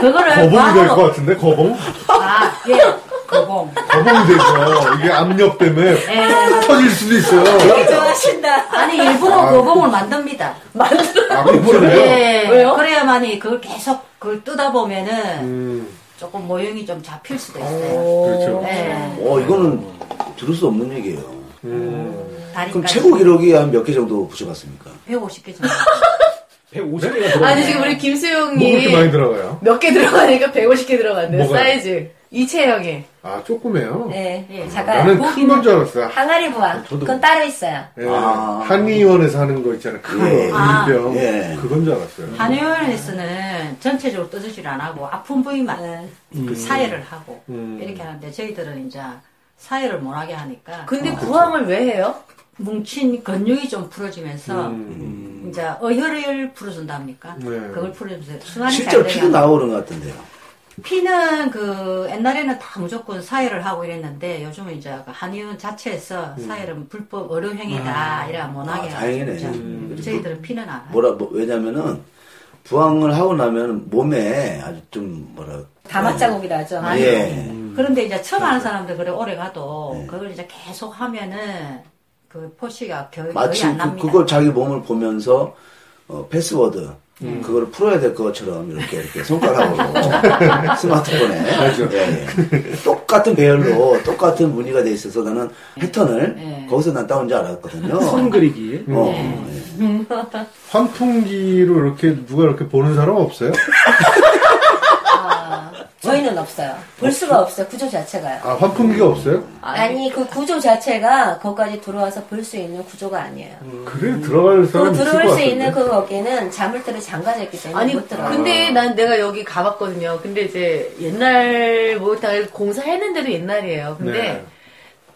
[SPEAKER 6] 그거를
[SPEAKER 4] 거봉이 될
[SPEAKER 6] 만원-
[SPEAKER 4] 것 같은데, 거봉?
[SPEAKER 6] 아, 예. 거봉.
[SPEAKER 4] 거봉이 돼서 이게 압력 때문에
[SPEAKER 6] 예.
[SPEAKER 4] 터질 수도 있어요.
[SPEAKER 3] 좋아하신다.
[SPEAKER 6] 아니 일부러 거봉을 만듭니다.
[SPEAKER 4] 아,
[SPEAKER 3] 네.
[SPEAKER 4] 그래요?
[SPEAKER 6] 예.
[SPEAKER 1] 왜요?
[SPEAKER 6] 그래야만이 그걸 계속 그걸 뜨다 보면은
[SPEAKER 4] 음,
[SPEAKER 6] 조금 모형이 좀 잡힐 수도 있어요.
[SPEAKER 4] 그렇죠.
[SPEAKER 6] 예.
[SPEAKER 2] 어 이거는 들을 수 없는 얘기예요
[SPEAKER 4] 음.
[SPEAKER 6] 다리까지.
[SPEAKER 2] 그럼 최고 기록이 한 몇 개 정도 붙여봤습니까
[SPEAKER 6] 150개 정도.
[SPEAKER 5] 150개가 들어
[SPEAKER 1] 아니 지금 우리
[SPEAKER 4] 뭐 그렇게 네? 많이
[SPEAKER 1] 김수용이
[SPEAKER 4] 들어가요?
[SPEAKER 1] 몇 개 들어가니까 150개 들어갔네요.
[SPEAKER 4] 뭐가요?
[SPEAKER 1] 사이즈. 이체형에.
[SPEAKER 4] 아, 조그매요?
[SPEAKER 3] 네.
[SPEAKER 6] 예.
[SPEAKER 3] 잠깐.
[SPEAKER 4] 나는 큰 건 줄 알았어요.
[SPEAKER 3] 항아리 부화. 그건 따로 있어요.
[SPEAKER 4] 예,
[SPEAKER 2] 아.
[SPEAKER 4] 한의원에서 하는 거 있잖아요. 그거,
[SPEAKER 2] 예.
[SPEAKER 6] 아.
[SPEAKER 4] 일병.
[SPEAKER 2] 예.
[SPEAKER 4] 그건 줄 알았어요.
[SPEAKER 6] 한의원에서는 전체적으로 뜨질 안 하고 아픈 부위만 그 사회를 하고
[SPEAKER 4] 음.
[SPEAKER 6] 이렇게 하는데 저희들은 이제 사회를 못하게 하니까
[SPEAKER 1] 근데
[SPEAKER 4] 아, 그렇죠.
[SPEAKER 1] 구황을 왜 해요?
[SPEAKER 6] 뭉친 근육이 좀 풀어지면서
[SPEAKER 4] 음,
[SPEAKER 6] 이제
[SPEAKER 1] 네.
[SPEAKER 6] 어혈을 풀어준답니까?
[SPEAKER 4] 네.
[SPEAKER 6] 그걸 풀어주면서 순환이
[SPEAKER 2] 실제로
[SPEAKER 6] 잘 되게
[SPEAKER 2] 피도
[SPEAKER 6] 하고.
[SPEAKER 2] 나오는 것 같은데요
[SPEAKER 6] 피는 그 옛날에는 다 무조건 사회를 하고 이랬는데 요즘은 이제 그 한의원 자체에서 사회는 불법 의료행위다 이래
[SPEAKER 2] 음. 아
[SPEAKER 6] 못하게
[SPEAKER 2] 다행이네 음,
[SPEAKER 6] 하죠. 저희들은 피는 안 하고
[SPEAKER 2] 뭐라 뭐, 왜냐면은 부항을 하고 나면 몸에 아주 좀 뭐라
[SPEAKER 3] 다막 자국이라죠.
[SPEAKER 6] 아,
[SPEAKER 2] 예.
[SPEAKER 6] 그런데 이제 처음
[SPEAKER 2] 그러니까.
[SPEAKER 6] 하는 사람들 그래 오래 가도
[SPEAKER 2] 네.
[SPEAKER 6] 그걸 이제 계속 하면은 그 포시가 거의, 거의
[SPEAKER 2] 마치
[SPEAKER 6] 안
[SPEAKER 2] 그,
[SPEAKER 6] 납니다.
[SPEAKER 2] 그걸 자기 몸을 보면서 어, 패스워드 그거를 풀어야 될 것처럼 이렇게 이렇게 손가락으로 스마트폰에 예, 예. 똑같은 배열로 똑같은 무늬가 돼 있어서 나는 패턴을
[SPEAKER 6] 예.
[SPEAKER 2] 거기서 난 따온 줄 알았거든요.
[SPEAKER 5] 손 그리기
[SPEAKER 2] 어,
[SPEAKER 6] 네.
[SPEAKER 4] 환풍기로 이렇게 누가 이렇게 보는 사람 없어요?
[SPEAKER 3] 저희는 없어요. 볼 수가 없어요. 구조 자체가요.
[SPEAKER 4] 아, 환풍기가 없어요?
[SPEAKER 3] 아니 그 구조 자체가 거기까지 들어와서 볼 수 있는 구조가 아니에요.
[SPEAKER 4] 그래, 들어갈
[SPEAKER 3] 그
[SPEAKER 4] 음, 사람 있을 것
[SPEAKER 3] 들어올 수
[SPEAKER 4] 같은데.
[SPEAKER 3] 있는 그 거기는 자물쇠로 잠가져 있기 때문에
[SPEAKER 1] 아니
[SPEAKER 3] 못 들어가요.
[SPEAKER 1] 근데 난 내가 여기 가봤거든요. 근데 이제 옛날 뭐다 공사했는데도 옛날이에요. 근데
[SPEAKER 4] 네.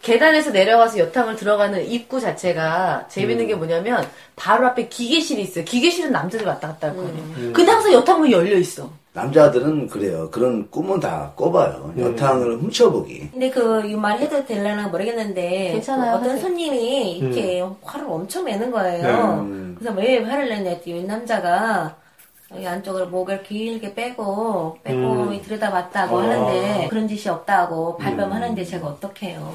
[SPEAKER 1] 계단에서 내려가서 여탕을 들어가는 입구 자체가 재밌는 게 뭐냐면 바로 앞에 기계실이 있어요. 기계실은 남자들 왔다 갔다 하거든요. 근데 항상 여탕문 열려 있어.
[SPEAKER 2] 남자들은 그래요. 그런 꿈은 다 꿔봐요.
[SPEAKER 4] 예.
[SPEAKER 2] 여탕을 훔쳐보기.
[SPEAKER 3] 근데 그 이 말 해도 되려나 모르겠는데
[SPEAKER 1] 괜찮아요,
[SPEAKER 3] 그 어떤
[SPEAKER 1] 하세요.
[SPEAKER 3] 손님이 이렇게
[SPEAKER 4] 네.
[SPEAKER 3] 화를 엄청 내는 거예요. 그래서 왜 화를 내냐 했더니 이 남자가 여기 안쪽을 목을 길게 빼고 빼고
[SPEAKER 4] 음. 아.
[SPEAKER 3] 들여다봤다고 하는데 그런 짓이 없다고 발뺌하는데 제가 어떻게 해요?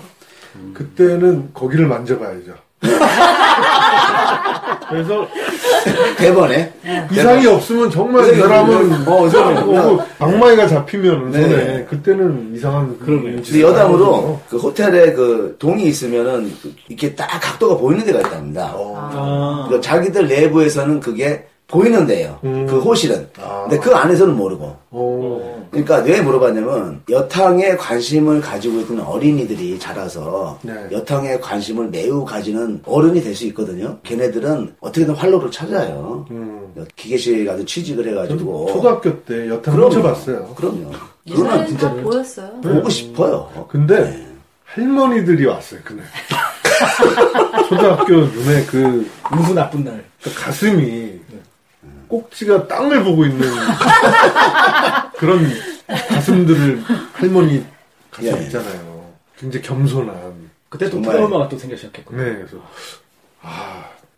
[SPEAKER 4] 그때는 거기를 만져봐야죠. 그래서
[SPEAKER 2] 대번에
[SPEAKER 4] 예. 이상이 없으면 정말 이
[SPEAKER 2] 그러니까 이상이
[SPEAKER 4] 사람은
[SPEAKER 2] 없으면- 어, 이 사람은
[SPEAKER 4] 어, 방망이가 잡히면
[SPEAKER 2] 네.
[SPEAKER 4] 손에 그때는 이상한 그런
[SPEAKER 2] 근데 여담으로
[SPEAKER 4] 어.
[SPEAKER 2] 그 호텔에 그 동이 있으면은 그 이렇게 딱 각도가 보이는 데가 있답니다.
[SPEAKER 4] 어.
[SPEAKER 5] 아.
[SPEAKER 2] 그러니까 자기들 내부에서는 그게 보이는데요.
[SPEAKER 4] 음.
[SPEAKER 2] 그 호실은.
[SPEAKER 4] 아.
[SPEAKER 2] 근데 그 안에서는 모르고.
[SPEAKER 4] 어,
[SPEAKER 2] 그러니까 왜 물어봤냐면 여탕에 관심을 가지고 있는 어린이들이 자라서
[SPEAKER 4] 네.
[SPEAKER 2] 여탕에 관심을 매우 가지는 어른이 될 수 있거든요. 걔네들은 어떻게든 활로를 찾아요.
[SPEAKER 4] 음.
[SPEAKER 2] 기계실 가서 취직을 해가지고.
[SPEAKER 4] 초등학교 때 여탕
[SPEAKER 2] 그럼요.
[SPEAKER 4] 훔쳐봤어요.
[SPEAKER 2] 그럼요.
[SPEAKER 1] 예전에는
[SPEAKER 2] 그거는 진짜
[SPEAKER 1] 다 보였어요.
[SPEAKER 2] 보고 싶어요.
[SPEAKER 4] 근데 할머니들이 왔어요 그날. 초등학교 눈에 그
[SPEAKER 5] 운수 나쁜 날.
[SPEAKER 4] 그 가슴이 꼭지가 땅을 보고 있는 그런 가슴들을 할머니 가슴
[SPEAKER 2] 예.
[SPEAKER 4] 있잖아요. 굉장히 겸손한.
[SPEAKER 5] 그때 또
[SPEAKER 2] 정말.
[SPEAKER 5] 트라우마가 또 생기셨겠군요.
[SPEAKER 4] 네, 그래서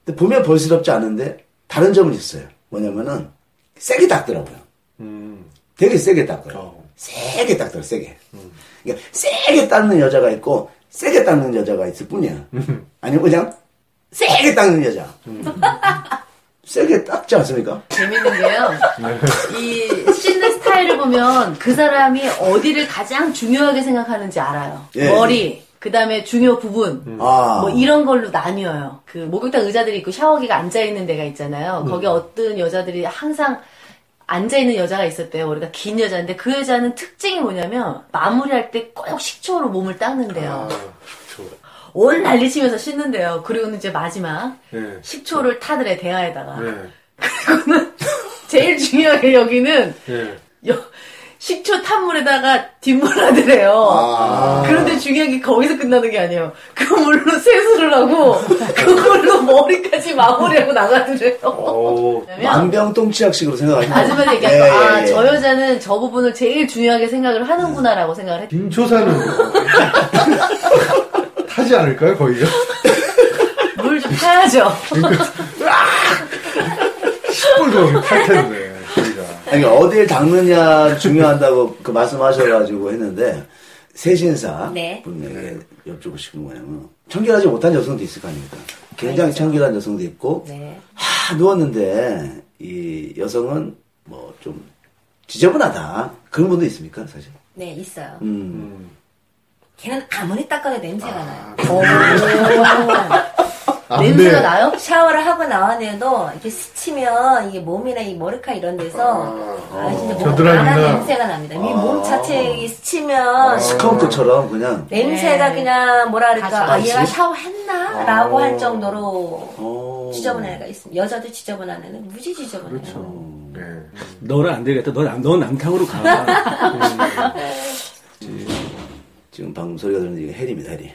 [SPEAKER 2] 근데 보면 벌스럽지 않은데 다른 점은 있어요. 뭐냐면은 세게 닦더라고요.
[SPEAKER 4] 음,
[SPEAKER 2] 되게 세게 닦아요.
[SPEAKER 4] 어.
[SPEAKER 2] 세게 닦더라, 세게. 그러니까 세게 닦는 여자가 있고 세게 닦는 여자가 있을 뿐이야. 아니면 그냥 세게 닦는 여자. 세게 닦지 않습니까?
[SPEAKER 1] 재밌는 게요. 이 씻는 스타일을 보면 그 사람이 어디를 가장 중요하게 생각하는지 알아요.
[SPEAKER 2] 예.
[SPEAKER 1] 머리, 그 다음에 중요 부분.
[SPEAKER 2] 아,
[SPEAKER 1] 뭐 이런 걸로 나뉘어요. 그 목욕탕 의자들이 있고 샤워기가 앉아 있는 데가 있잖아요. 거기 어떤 여자들이 항상 앉아 있는 여자가 있었대요. 머리가 긴 여자인데 그 여자는 특징이 뭐냐면 마무리할 때 꼭 식초로 몸을
[SPEAKER 4] 아,
[SPEAKER 1] 닦는데요. 온 난리치면서 씻는데요. 그리고는 이제 마지막
[SPEAKER 4] 네.
[SPEAKER 1] 식초를 타들의 대야에다가
[SPEAKER 4] 네.
[SPEAKER 1] 그거는 제일 중요하게 여기는
[SPEAKER 4] 네.
[SPEAKER 1] 여- 식초 탄물에다가 뒷물 하더래요.
[SPEAKER 2] 아.
[SPEAKER 1] 그런데 중요한 게 거기서 끝나는 게 아니에요. 그 물로 세수를 하고 그걸로 머리까지 마무리하고 나가더래요.
[SPEAKER 4] 어,
[SPEAKER 1] 왜냐면
[SPEAKER 2] 만병통치약식으로 생각하시면
[SPEAKER 1] 아줌마들
[SPEAKER 2] 예,
[SPEAKER 1] 얘기하고 아, 저 여자는 저 부분을 제일 중요하게 생각을 하는구나라고 생각을 했
[SPEAKER 4] 김초사는 타지 않을까요, 거기가?
[SPEAKER 1] 물 좀 타야죠.
[SPEAKER 4] 시뻘겋게 탈 텐데, 거기가.
[SPEAKER 2] 아니 어딜 닦느냐 중요한다고 그 말씀하셔가지고 했는데 세신사
[SPEAKER 3] 네.
[SPEAKER 2] 분에게 여쭙고 싶은 거냐면 청결하지 못한 여성도 있을 거 아닙니까? 굉장히 청결한 여성도 있고
[SPEAKER 3] 네.
[SPEAKER 2] 하 누웠는데 이 여성은 뭐 좀 지저분하다 그런 분도 있습니까 사실?
[SPEAKER 3] 네, 있어요.
[SPEAKER 2] 음.
[SPEAKER 3] 걔는 아무리 닦아도 냄새가 나요.
[SPEAKER 2] 어. 아,
[SPEAKER 1] 냄새가 나요?
[SPEAKER 3] 샤워를 하고 나와내도 이렇게 스치면 이게 몸이나 이 머리카 이런 데서 아,
[SPEAKER 1] 어.
[SPEAKER 3] 진짜 몸
[SPEAKER 4] 겨드랑이나.
[SPEAKER 3] 안에 냄새가 납니다. 이 몸
[SPEAKER 1] 아.
[SPEAKER 3] 자체에 스치면
[SPEAKER 2] 스컹크처럼 그냥
[SPEAKER 3] 냄새가
[SPEAKER 1] 네.
[SPEAKER 3] 그냥 뭐라 그럴까 아,
[SPEAKER 1] 가지.
[SPEAKER 3] 얘가 샤워했나? 라고
[SPEAKER 1] 아.
[SPEAKER 3] 할 정도로
[SPEAKER 2] 어.
[SPEAKER 3] 지저분한 애가 있습니다. 여자도 지저분한 애는 무지 지저분해요.
[SPEAKER 1] 그렇죠.
[SPEAKER 4] 네.
[SPEAKER 5] 너는 안 되겠다. 너, 남- 너 남탕으로 가.
[SPEAKER 2] 지금 방금 소리가 들리는 이게 해리입니다 해리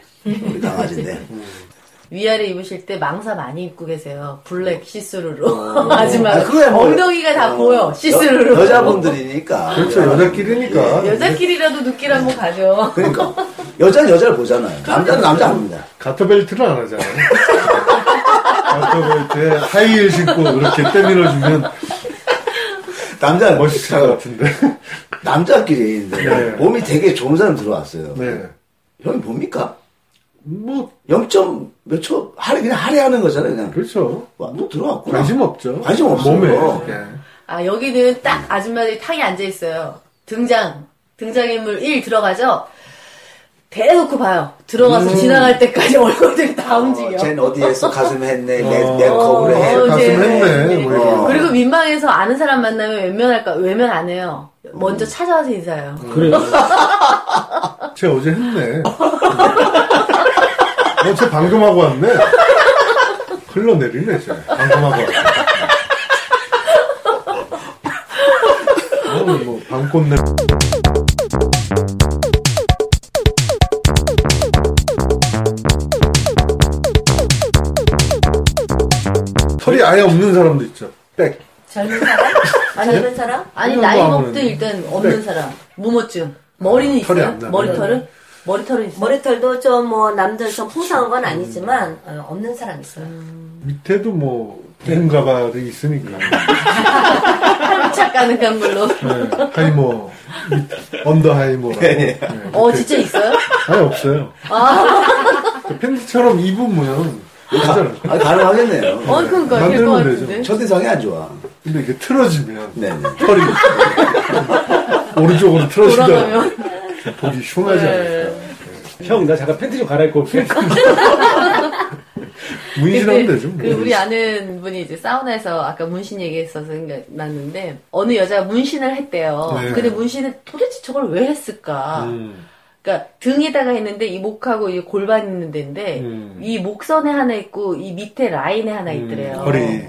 [SPEAKER 2] 우리 강아지인데
[SPEAKER 1] 위아래 입으실 때 망사 많이 입고 계세요. 블랙 시스루로. 어, 마지막
[SPEAKER 2] 아, 그거야 뭐.
[SPEAKER 1] 엉덩이가 다
[SPEAKER 2] 어,
[SPEAKER 1] 보여. 시스루로.
[SPEAKER 2] 여, 여자분들이니까
[SPEAKER 4] 그렇죠, 여자끼리니까.
[SPEAKER 1] 여자끼리라도 눈길 한번 가죠.
[SPEAKER 2] 그러니까 여자는 여자를 보잖아요. 남자는 남자 안 봅니다.
[SPEAKER 4] 가터벨트를 안 하잖아요. 가터벨트에 하이힐 신고 이렇게 때밀어주면
[SPEAKER 2] 남자
[SPEAKER 4] 멋있을 것 같은데.
[SPEAKER 2] 남자끼리 이제
[SPEAKER 4] 네.
[SPEAKER 2] 몸이 되게 좋은 사람 들어왔어요.
[SPEAKER 4] 네.
[SPEAKER 2] 형이 뭡니까?
[SPEAKER 4] 뭐,
[SPEAKER 2] 0. 몇 초 할애 그냥 할애하는 거잖아요. 그냥
[SPEAKER 4] 그렇죠.
[SPEAKER 2] 와, 너 들어왔구나.
[SPEAKER 4] 관심 없죠.
[SPEAKER 2] 관심 없어요.
[SPEAKER 4] 몸에.
[SPEAKER 2] 네.
[SPEAKER 1] 아, 여기는 딱 아줌마들이 탕에 앉아있어요. 등장. 등장인물 1 들어가죠? 대놓고 봐요.
[SPEAKER 4] 음.
[SPEAKER 1] 들어가서 지나갈 때까지 얼굴들이 다 움직여.
[SPEAKER 2] 어, 쟨 어디에서 가슴 했네, 내, 내 거울에
[SPEAKER 1] 어, 이제
[SPEAKER 2] 했네.
[SPEAKER 1] 어,
[SPEAKER 4] 가슴 했네, 뭐 이런.
[SPEAKER 1] 그리고 민망해서 아는 사람 만나면 웬만할까, 외면 안 해요. 먼저
[SPEAKER 4] 음.
[SPEAKER 1] 찾아와서 인사해요.
[SPEAKER 5] 그래요.
[SPEAKER 4] 쟤 어제 했네. 어, 쟤 방금 하고 왔네. 흘러내리네, 쟤. 방금 하고 왔네. 어, 뭐, 방꽃내. 털이 아예 없는 사람도 있죠. 백.
[SPEAKER 3] 젊은 사람? 아, 젊은 사람?
[SPEAKER 1] 아니,
[SPEAKER 4] 그런
[SPEAKER 1] 나이
[SPEAKER 4] 거
[SPEAKER 1] 먹든
[SPEAKER 4] 아무래는.
[SPEAKER 1] 일단 없는 사람. 무모증. 머리는
[SPEAKER 4] 털이
[SPEAKER 1] 있어요?
[SPEAKER 4] 안 네. 나요.
[SPEAKER 1] 머리털은? 머리털은 있어요?
[SPEAKER 3] 머리털도 좀 뭐 남들 좀 풍성한 건
[SPEAKER 1] 음.
[SPEAKER 3] 아니지만 어, 없는 사람 있어요.
[SPEAKER 4] 밑에도 뭐, 대응가발이 있으니까.
[SPEAKER 1] 착 가능한 걸로.
[SPEAKER 4] 네. 하이모. 밑- 언더 하이모라고. 네.
[SPEAKER 1] 어, 진짜 있어요?
[SPEAKER 4] 아니 없어요. 그 팬티처럼 입으면 괜찮아요.
[SPEAKER 2] 아, 가능하겠네요.
[SPEAKER 1] 어, 그러니까, 이럴 것
[SPEAKER 4] 만들면 되죠.
[SPEAKER 1] 같은데.
[SPEAKER 2] 첫인상이 안 좋아.
[SPEAKER 4] 근데 이게 틀어지면
[SPEAKER 2] 네네.
[SPEAKER 4] 털이 오른쪽으로 틀어지다
[SPEAKER 1] 돌아가면.
[SPEAKER 4] 보기 흉하지
[SPEAKER 1] 네.
[SPEAKER 4] 않을까.
[SPEAKER 5] 형, 나 잠깐 팬티 좀 갈아입고 올게.
[SPEAKER 2] 네.
[SPEAKER 4] 문신하면
[SPEAKER 1] 그-
[SPEAKER 4] 되죠. 뭐.
[SPEAKER 1] 그 우리 아는 분이 이제 사우나에서 아까 문신 얘기했어서 생각났는데 어느 여자가 문신을 했대요.
[SPEAKER 4] 네.
[SPEAKER 1] 근데 문신을 도대체 저걸 왜 했을까?
[SPEAKER 4] 음.
[SPEAKER 1] 그러니까 등에다가 했는데 이 목하고 이 골반 있는 데인데
[SPEAKER 4] 음.
[SPEAKER 1] 이 목선에 하나 있고 이 밑에 라인에 하나 있더래요.
[SPEAKER 4] 허리.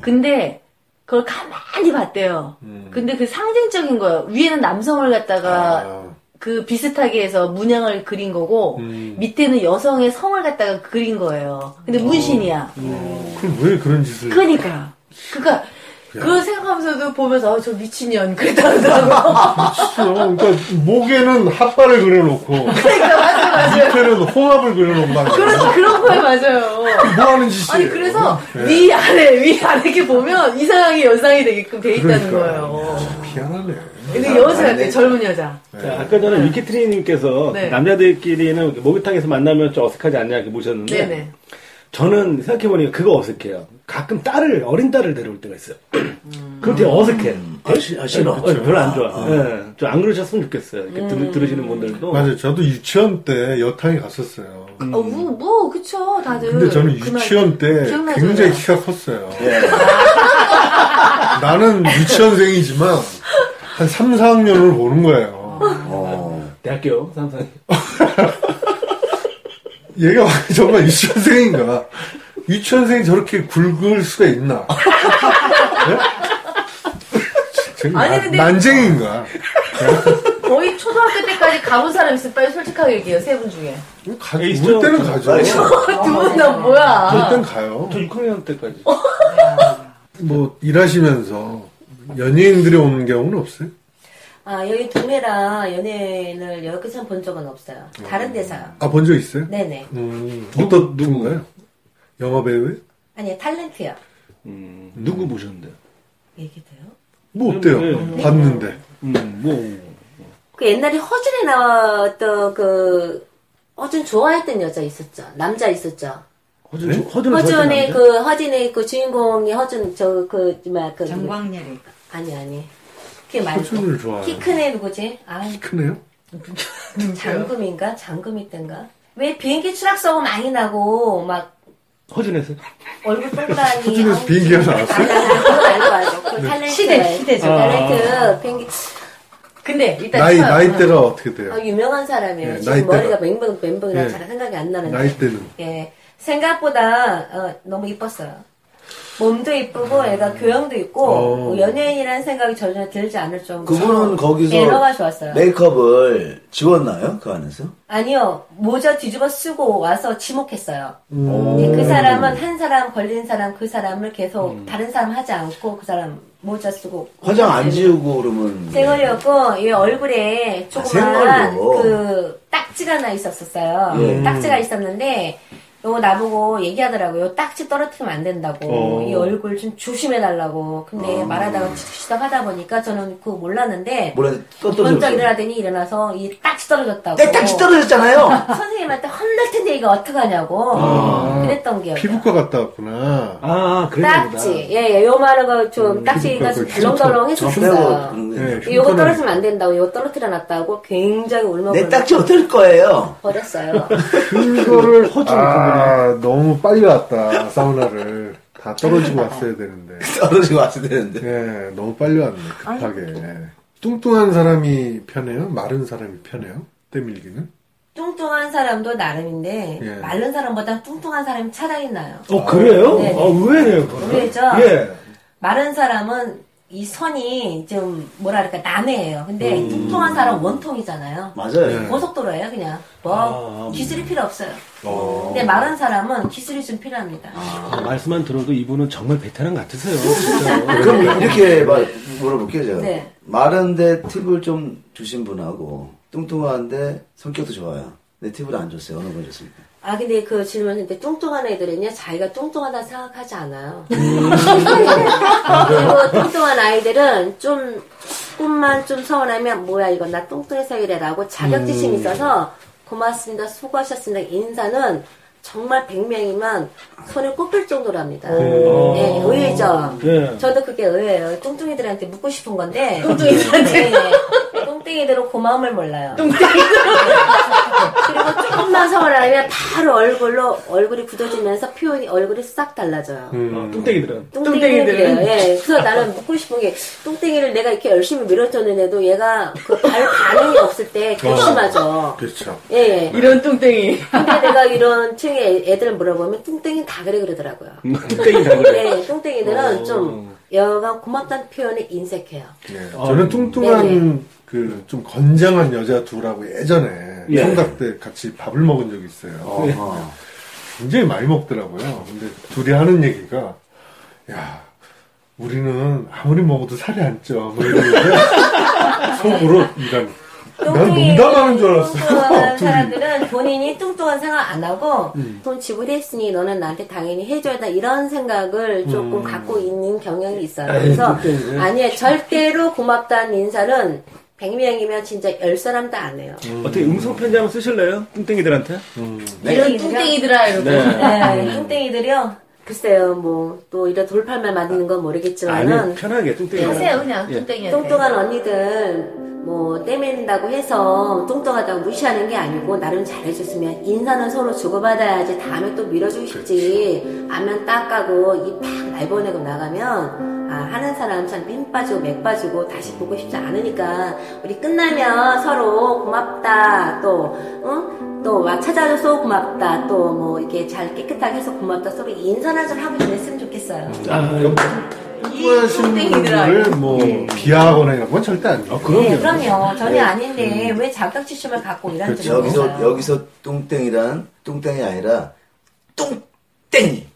[SPEAKER 1] 근데 그걸 가만히 봤대요.
[SPEAKER 4] 음.
[SPEAKER 1] 근데 그 상징적인 거예요. 위에는 남성을 갖다가
[SPEAKER 4] 아,
[SPEAKER 1] 그 비슷하게 해서 문양을 그린 거고
[SPEAKER 4] 음.
[SPEAKER 1] 밑에는 여성의 성을 갖다가 그린 거예요.
[SPEAKER 4] 어.
[SPEAKER 1] 근데 문신이야.
[SPEAKER 4] 그럼 왜 그런 짓을?
[SPEAKER 1] 그러니까 그니까 그걸 생각하면서도 보면서 아, 저 미친년 그랬다고 하고
[SPEAKER 4] 했어요? 그러니까 목에는 핫바를 그려놓고
[SPEAKER 1] 그러니까 맞아 맞아
[SPEAKER 4] 밑에는 홍합을 그려놓고 막
[SPEAKER 1] 그런 그런 거에 맞아요.
[SPEAKER 4] 뭐 하는 짓이에요? 어?
[SPEAKER 1] 아니 그래서
[SPEAKER 4] 네.
[SPEAKER 1] 위 아래 위 아래 이렇게 보면 이상하게 연상이 되게끔 돼 있다는
[SPEAKER 4] 그러니까.
[SPEAKER 1] 거예요.
[SPEAKER 4] 피하네.
[SPEAKER 1] 근데 여자 같아 젊은 여자.
[SPEAKER 5] 자, 아까 전에 위키트리님께서
[SPEAKER 1] 네.
[SPEAKER 5] 남자들끼리는 목욕탕에서 만나면 좀 어색하지 않냐 이렇게 모셨는데
[SPEAKER 1] 네네.
[SPEAKER 5] 저는 생각해보니까 그거 어색해요. 가끔 딸을 어린 딸을 데려올 때가 있어요.
[SPEAKER 1] 음.
[SPEAKER 5] 그럼 되게 어색해.
[SPEAKER 2] 아, 시- 아, 싫어.
[SPEAKER 5] 어, 별로 안 좋아. 예, 좀안 그러셨으면 좋겠어요. 이렇게
[SPEAKER 1] 음.
[SPEAKER 5] 들, 으시는 분들도.
[SPEAKER 4] 맞아요. 저도 유치원 때 여탕에 갔었어요.
[SPEAKER 1] 어, 뭐, 뭐 그쵸 다들.
[SPEAKER 4] 음. 근데 저는
[SPEAKER 1] 그
[SPEAKER 4] 유치원 때
[SPEAKER 1] 기억나죠? 네.
[SPEAKER 4] 굉장히 키가 컸어요. 나는 유치원생이지만 한 3, 4학년을 보는 거예요.
[SPEAKER 2] 어.
[SPEAKER 5] 대학교 삼성.
[SPEAKER 4] 얘가 정말 유치원생인가? 유치원생이 저렇게 굵을 수가 있나?
[SPEAKER 1] 아니,
[SPEAKER 4] 네? 난-
[SPEAKER 1] 근데-
[SPEAKER 4] 난쟁인가?
[SPEAKER 1] 말- 거의 초등학교 때까지 가본 사람 있으면 빨리 솔직하게 얘기해요 세 분 중에.
[SPEAKER 4] 가,
[SPEAKER 5] 에이,
[SPEAKER 4] 울
[SPEAKER 5] 있어요.
[SPEAKER 4] 때는 가죠.
[SPEAKER 2] 아,
[SPEAKER 4] 울
[SPEAKER 2] 있어요.
[SPEAKER 1] 두 분 다
[SPEAKER 4] 땐
[SPEAKER 5] 아,
[SPEAKER 1] 뭐야?
[SPEAKER 4] 가요.
[SPEAKER 5] 어, 저 6학년 때까지.
[SPEAKER 3] 어.
[SPEAKER 4] 뭐 일하시면서 연예인들이 오는 경우는 없어요?
[SPEAKER 3] 아, 여기 두메라 연예인을 여기서 본 적은 없어요.
[SPEAKER 1] 음.
[SPEAKER 3] 다른 데서요.
[SPEAKER 4] 아 본 적 있어요?
[SPEAKER 3] 네네.
[SPEAKER 4] 음, 어떤 누군가요? 영화 배우예요?
[SPEAKER 3] 아니, 탤런트요.
[SPEAKER 5] 음, 누구 모셨는데?
[SPEAKER 3] 얘기 돼요?
[SPEAKER 4] 뭐 어때요?
[SPEAKER 5] 네.
[SPEAKER 4] 봤는데
[SPEAKER 5] 음, 뭐.
[SPEAKER 3] 그 옛날에 허준에 나왔던 그, 허준 좋아했던 여자 있었죠. 남자 있었죠.
[SPEAKER 5] 허준, 허준은
[SPEAKER 3] 허준의
[SPEAKER 5] 좋아했던
[SPEAKER 3] 그, 허준의 그 주인공이 허준, 저, 그, 뭐야, 그. 누구-
[SPEAKER 6] 정광렬이.
[SPEAKER 3] 아니, 아니. 그게 말고.
[SPEAKER 4] 호준을 좋아해요.
[SPEAKER 3] 키 큰 애 누구지? 아,
[SPEAKER 4] 크네요?
[SPEAKER 3] 장금인가? 장금이 땐가? 왜 비행기 추락사고 많이 나고, 막, 그
[SPEAKER 5] 남자. 허준에서.
[SPEAKER 3] 얼굴 동그라니.
[SPEAKER 4] 호준에서 비행기가 나왔어요?
[SPEAKER 3] 아니, 아니, 그거 말고, 말고.
[SPEAKER 5] 네.
[SPEAKER 3] 그 탤런트.
[SPEAKER 1] 시대, 시대죠.
[SPEAKER 5] 아.
[SPEAKER 3] 탤런트, 비행기.
[SPEAKER 1] 근데 일단
[SPEAKER 4] 나이
[SPEAKER 1] 쳐요.
[SPEAKER 4] 나이대가 어떻게 돼요?
[SPEAKER 3] 아, 유명한 사람이에요.
[SPEAKER 4] 예,
[SPEAKER 3] 지금
[SPEAKER 4] 나이대가.
[SPEAKER 3] 머리가 멘붕, 멘붕이라
[SPEAKER 4] 예.
[SPEAKER 3] 잘 생각이 안 나는데.
[SPEAKER 4] 나이대는
[SPEAKER 3] 예. 생각보다 어, 너무 이뻤어요. 몸도 이쁘고 애가 교양도 있고 뭐
[SPEAKER 4] 어.
[SPEAKER 3] 연예인이라는 생각이 전혀 들지 않을 정도로
[SPEAKER 2] 그분은 거기서
[SPEAKER 3] 에너가 좋았어요.
[SPEAKER 2] 메이크업을 지웠나요? 그 안에서?
[SPEAKER 3] 아니요 모자 뒤집어 쓰고 와서 지목했어요.
[SPEAKER 2] 음.
[SPEAKER 3] 예, 그 사람은 한 사람 걸린 사람 그 사람을 계속 다른 사람 하지 않고 그 사람 모자 쓰고
[SPEAKER 2] 음. 화장 안 지우고 그러면.
[SPEAKER 3] 생얼이었고 이 얼굴에 조그만
[SPEAKER 2] 생얼로.
[SPEAKER 3] 그 딱지가 나 있었었어요. 그
[SPEAKER 2] 예.
[SPEAKER 3] 딱지가 있었는데 요 나보고 얘기하더라고요. 딱지 떨어뜨리면 안 된다고.
[SPEAKER 4] 어.
[SPEAKER 3] 이 얼굴 좀 조심해 달라고. 근데 말하다가 치치치다 하다 보니까 저는 그거 몰랐는데
[SPEAKER 2] 뭐라 해야 돼? 또
[SPEAKER 3] 먼저
[SPEAKER 2] 떨어졌어.
[SPEAKER 3] 일어나더니 일어나서 이 딱지 떨어졌다고.
[SPEAKER 2] 내 딱지 떨어졌잖아요!
[SPEAKER 3] 선생님한테 혼날 텐데 이거 어떡하냐고 그랬던 기억이.
[SPEAKER 4] 피부과 갔다 왔구나.
[SPEAKER 5] 아, 그랬나 보다.
[SPEAKER 3] 딱지. 예, 예. 요만한 거좀 딱지가 좀
[SPEAKER 4] 피부과 그
[SPEAKER 3] 덜렁덜렁
[SPEAKER 2] 저 빼고
[SPEAKER 3] 했었어요.
[SPEAKER 2] 그런 거
[SPEAKER 4] 네.
[SPEAKER 2] 있나요?
[SPEAKER 3] 이거 떨어지면 안 된다고 이거 떨어뜨려 놨다고 굉장히
[SPEAKER 2] 내
[SPEAKER 3] 울먹을
[SPEAKER 2] 딱지 어떨 거예요?
[SPEAKER 3] 버렸어요.
[SPEAKER 4] 그거를 허준 아, 너무 빨리 왔다 사우나를 다 떨어지고 왔어야 되는데.
[SPEAKER 2] 떨어지고 왔어야 되는데.
[SPEAKER 4] 예, 너무 빨리 왔네 급하게. 뚱뚱한 사람이 편해요? 마른 사람이 편해요? 때밀기는?
[SPEAKER 3] 뚱뚱한 사람도 나름인데
[SPEAKER 4] 예.
[SPEAKER 3] 마른 사람보다 뚱뚱한 사람이 차라리 나요.
[SPEAKER 5] 어, 그래요?
[SPEAKER 3] 네.
[SPEAKER 5] 아, 의외네요, 그거는.
[SPEAKER 3] 의외죠?
[SPEAKER 5] 예.
[SPEAKER 3] 마른 사람은 이 선이 좀 뭐랄까 난해해요. 근데 뚱뚱한 사람 원통이잖아요.
[SPEAKER 2] 맞아요.
[SPEAKER 3] 고속도로예요, 그냥 뭐 기술이 필요 없어요.
[SPEAKER 4] 어.
[SPEAKER 3] 근데 마른 사람은 기술이 좀 필요합니다.
[SPEAKER 5] 아, 말씀만 들어도 이분은 정말 베테랑 같으세요. 진짜로.
[SPEAKER 2] 그럼 이렇게 막 물어볼게요, 제가.
[SPEAKER 3] 네.
[SPEAKER 2] 마른데 팁을 좀 주신 분하고, 뚱뚱한데 성격도 좋아요. 근데 팁을 안 줬어요. 어느 분 줬습니까?
[SPEAKER 3] 아 근데 그 질문인데 뚱뚱한 애들은요 자기가 뚱뚱하다 생각하지 않아요. 그리고 뚱뚱한 아이들은 좀 꿈만 좀 서운하면 뭐야 이건 나 뚱뚱해서 이래라고 자격지심이 있어서 고맙습니다 수고하셨습니다 인사는 정말 100명이면 손을 꼽힐 정도로 합니다. 예, 의외죠.
[SPEAKER 5] 예.
[SPEAKER 3] 저도 그게 의외예요. 뚱뚱이들한테 묻고 싶은 건데
[SPEAKER 1] 뚱뚱이들한테?
[SPEAKER 3] 예, 뚱뚱이들은 고마움을 몰라요. 그리고 조금만 서운하면 바로 얼굴로 얼굴이 굳어지면서 표현이 얼굴이 싹 달라져요.
[SPEAKER 5] 어, 뚱땡이들은.
[SPEAKER 3] 뚱땡이들이에요. 예. 그래서 나는 묻고 싶은 게 뚱땡이를 내가 이렇게 열심히 밀어줬는데도 얘가 그 발 반응이 없을 때
[SPEAKER 5] 아.
[SPEAKER 3] 결심하죠.
[SPEAKER 4] 그렇죠.
[SPEAKER 3] 예, 예.
[SPEAKER 1] 이런 뚱땡이.
[SPEAKER 3] 근데 내가 이런 층에 애- 애들 물어보면 뚱땡이 다 그래 그러더라고요.
[SPEAKER 5] 음. 뚱땡이다, 그래. 어.
[SPEAKER 3] 예, 뚱땡이들은 좀 여가 고맙다는 표현에 인색해요. 네.
[SPEAKER 4] 예, 저는 뚱뚱한 그 좀 건장한 여자 두라고 예전에
[SPEAKER 5] 예.
[SPEAKER 4] 성닭 때 같이 밥을 먹은 적이 있어요.
[SPEAKER 2] 어허.
[SPEAKER 4] 굉장히 많이 먹더라고요. 근데 둘이 하는 얘기가 야 우리는 아무리 먹어도 살이 안 쪄. 뭐 이러는데 속으로 이런 난
[SPEAKER 3] 뚱뚱이
[SPEAKER 4] 농담하는 줄 알았어요. 아,
[SPEAKER 3] 뚱뚱한
[SPEAKER 4] 둘이. 음.
[SPEAKER 3] 사람들은 본인이 뚱뚱한 생각 안 하고 돈 지불했으니 너는 나한테 당연히 해줘야 다 이런 생각을 조금
[SPEAKER 4] 음.
[SPEAKER 3] 갖고 있는 경향이 있어요. 그래서
[SPEAKER 5] 뚱뚱이네.
[SPEAKER 3] 아니에요. 절대로 고맙다는 인사는 100명이면 진짜 열사람도안 해요.
[SPEAKER 7] 어떻게 음성 편지 한번 쓰실래요? 뚱땡이들한테?
[SPEAKER 5] 음.
[SPEAKER 4] 네.
[SPEAKER 1] 이런 뚱땡이들아 이러고
[SPEAKER 3] 네, 뚱땡이들이요. 글쎄요, 뭐 또 이런 돌팔만 맞는 건
[SPEAKER 7] 아니
[SPEAKER 3] 모르겠지만은
[SPEAKER 7] 편하게 뚱땡이.
[SPEAKER 1] 하세요 그냥
[SPEAKER 7] 예.
[SPEAKER 1] 뚱땡이한테
[SPEAKER 3] 뚱뚱한 언니들 뭐 떼맨다고 해서 뚱뚱하다고 무시하는 게 아니고 나름 잘해줬으면 인사는 서로 주고받아야지 다음에 또 밀어주고 싶지 안면 딱 까고 입팍 날보내고 나가면 아 하는 사람 참 힘 빠지고 맥 빠지고 다시 보고 싶지 않으니까 우리 끝나면 서로 고맙다 또 응? 또 와 찾아줘서 고맙다 또 뭐 이렇게 잘 깨끗하게 해서 고맙다 서로 인사나 좀 하고 지냈으면 좋겠어요
[SPEAKER 4] 뚱뚱하신
[SPEAKER 1] 뚱땡이들아.
[SPEAKER 4] 분들을 뭐 비하하거나 이런 건 절대 아니에요. 음.
[SPEAKER 3] 네, 그럼요. 전혀 아닌데 왜 자격지심을 갖고 일하는 지
[SPEAKER 2] 그렇죠. 여기서 여기서 뚱땡이란 뚱땡이 아니라 뚱땡이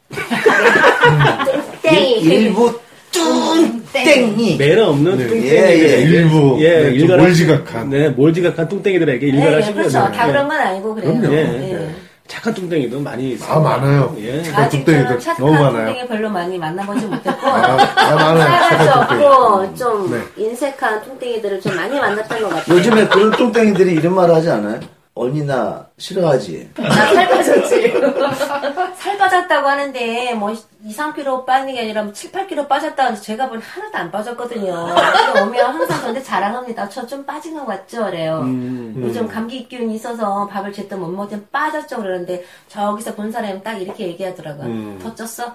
[SPEAKER 2] 일-
[SPEAKER 3] 땡이
[SPEAKER 2] 일부 뚱땡이
[SPEAKER 7] 매너 없는
[SPEAKER 5] 네.
[SPEAKER 2] 예,
[SPEAKER 7] 뚱땡이들에게
[SPEAKER 2] 예,
[SPEAKER 4] 일부
[SPEAKER 7] 예,
[SPEAKER 4] 네, 좀
[SPEAKER 7] 일가를
[SPEAKER 4] 몰지각한.
[SPEAKER 7] 네, 몰지각한 뚱땡이들에게
[SPEAKER 3] 네,
[SPEAKER 7] 일가를
[SPEAKER 3] 예,
[SPEAKER 7] 하시고요.
[SPEAKER 3] 그렇죠. 다 그런 건 아니고 그래요.
[SPEAKER 4] 그럼요.
[SPEAKER 2] 네.
[SPEAKER 7] 예.
[SPEAKER 3] 예.
[SPEAKER 7] 착한 뚱땡이도 많이 있어요.
[SPEAKER 4] 아 많아요.
[SPEAKER 7] 예.
[SPEAKER 4] 제가
[SPEAKER 3] 아직도
[SPEAKER 4] 뚱땡이들
[SPEAKER 3] 착한
[SPEAKER 4] 네. 너무 많아요.
[SPEAKER 3] 뚱땡이 별로 많이 만나보지 못했고
[SPEAKER 4] 아, 아 많아요.
[SPEAKER 3] 살가
[SPEAKER 4] 착한
[SPEAKER 3] 지
[SPEAKER 4] 뚱땡이.
[SPEAKER 3] 없고 좀
[SPEAKER 4] 네. 뭐
[SPEAKER 3] 인색한 뚱땡이들을 좀 많이 만났던 것 같아요.
[SPEAKER 2] 요즘에 그런 뚱땡이들이 이런 말을 하지 않아요? 언니 나 싫어하지
[SPEAKER 1] 나살 빠졌지
[SPEAKER 3] 살 빠졌다고 하는데 뭐 2, 3kg 빠진 게 아니라 뭐 7, 8kg 빠졌다 하는데 제가 본 하나도 안 빠졌거든요. 그래서 오면 항상 저한테 자랑합니다. 저 좀 빠진 것 같죠? 그래요. 요즘 감기 기운이 있어서 밥을 제때 못 먹으면 빠졌죠? 그러는데 저기서 본 사람이 딱 이렇게 얘기하더라고요. 더 쪘어?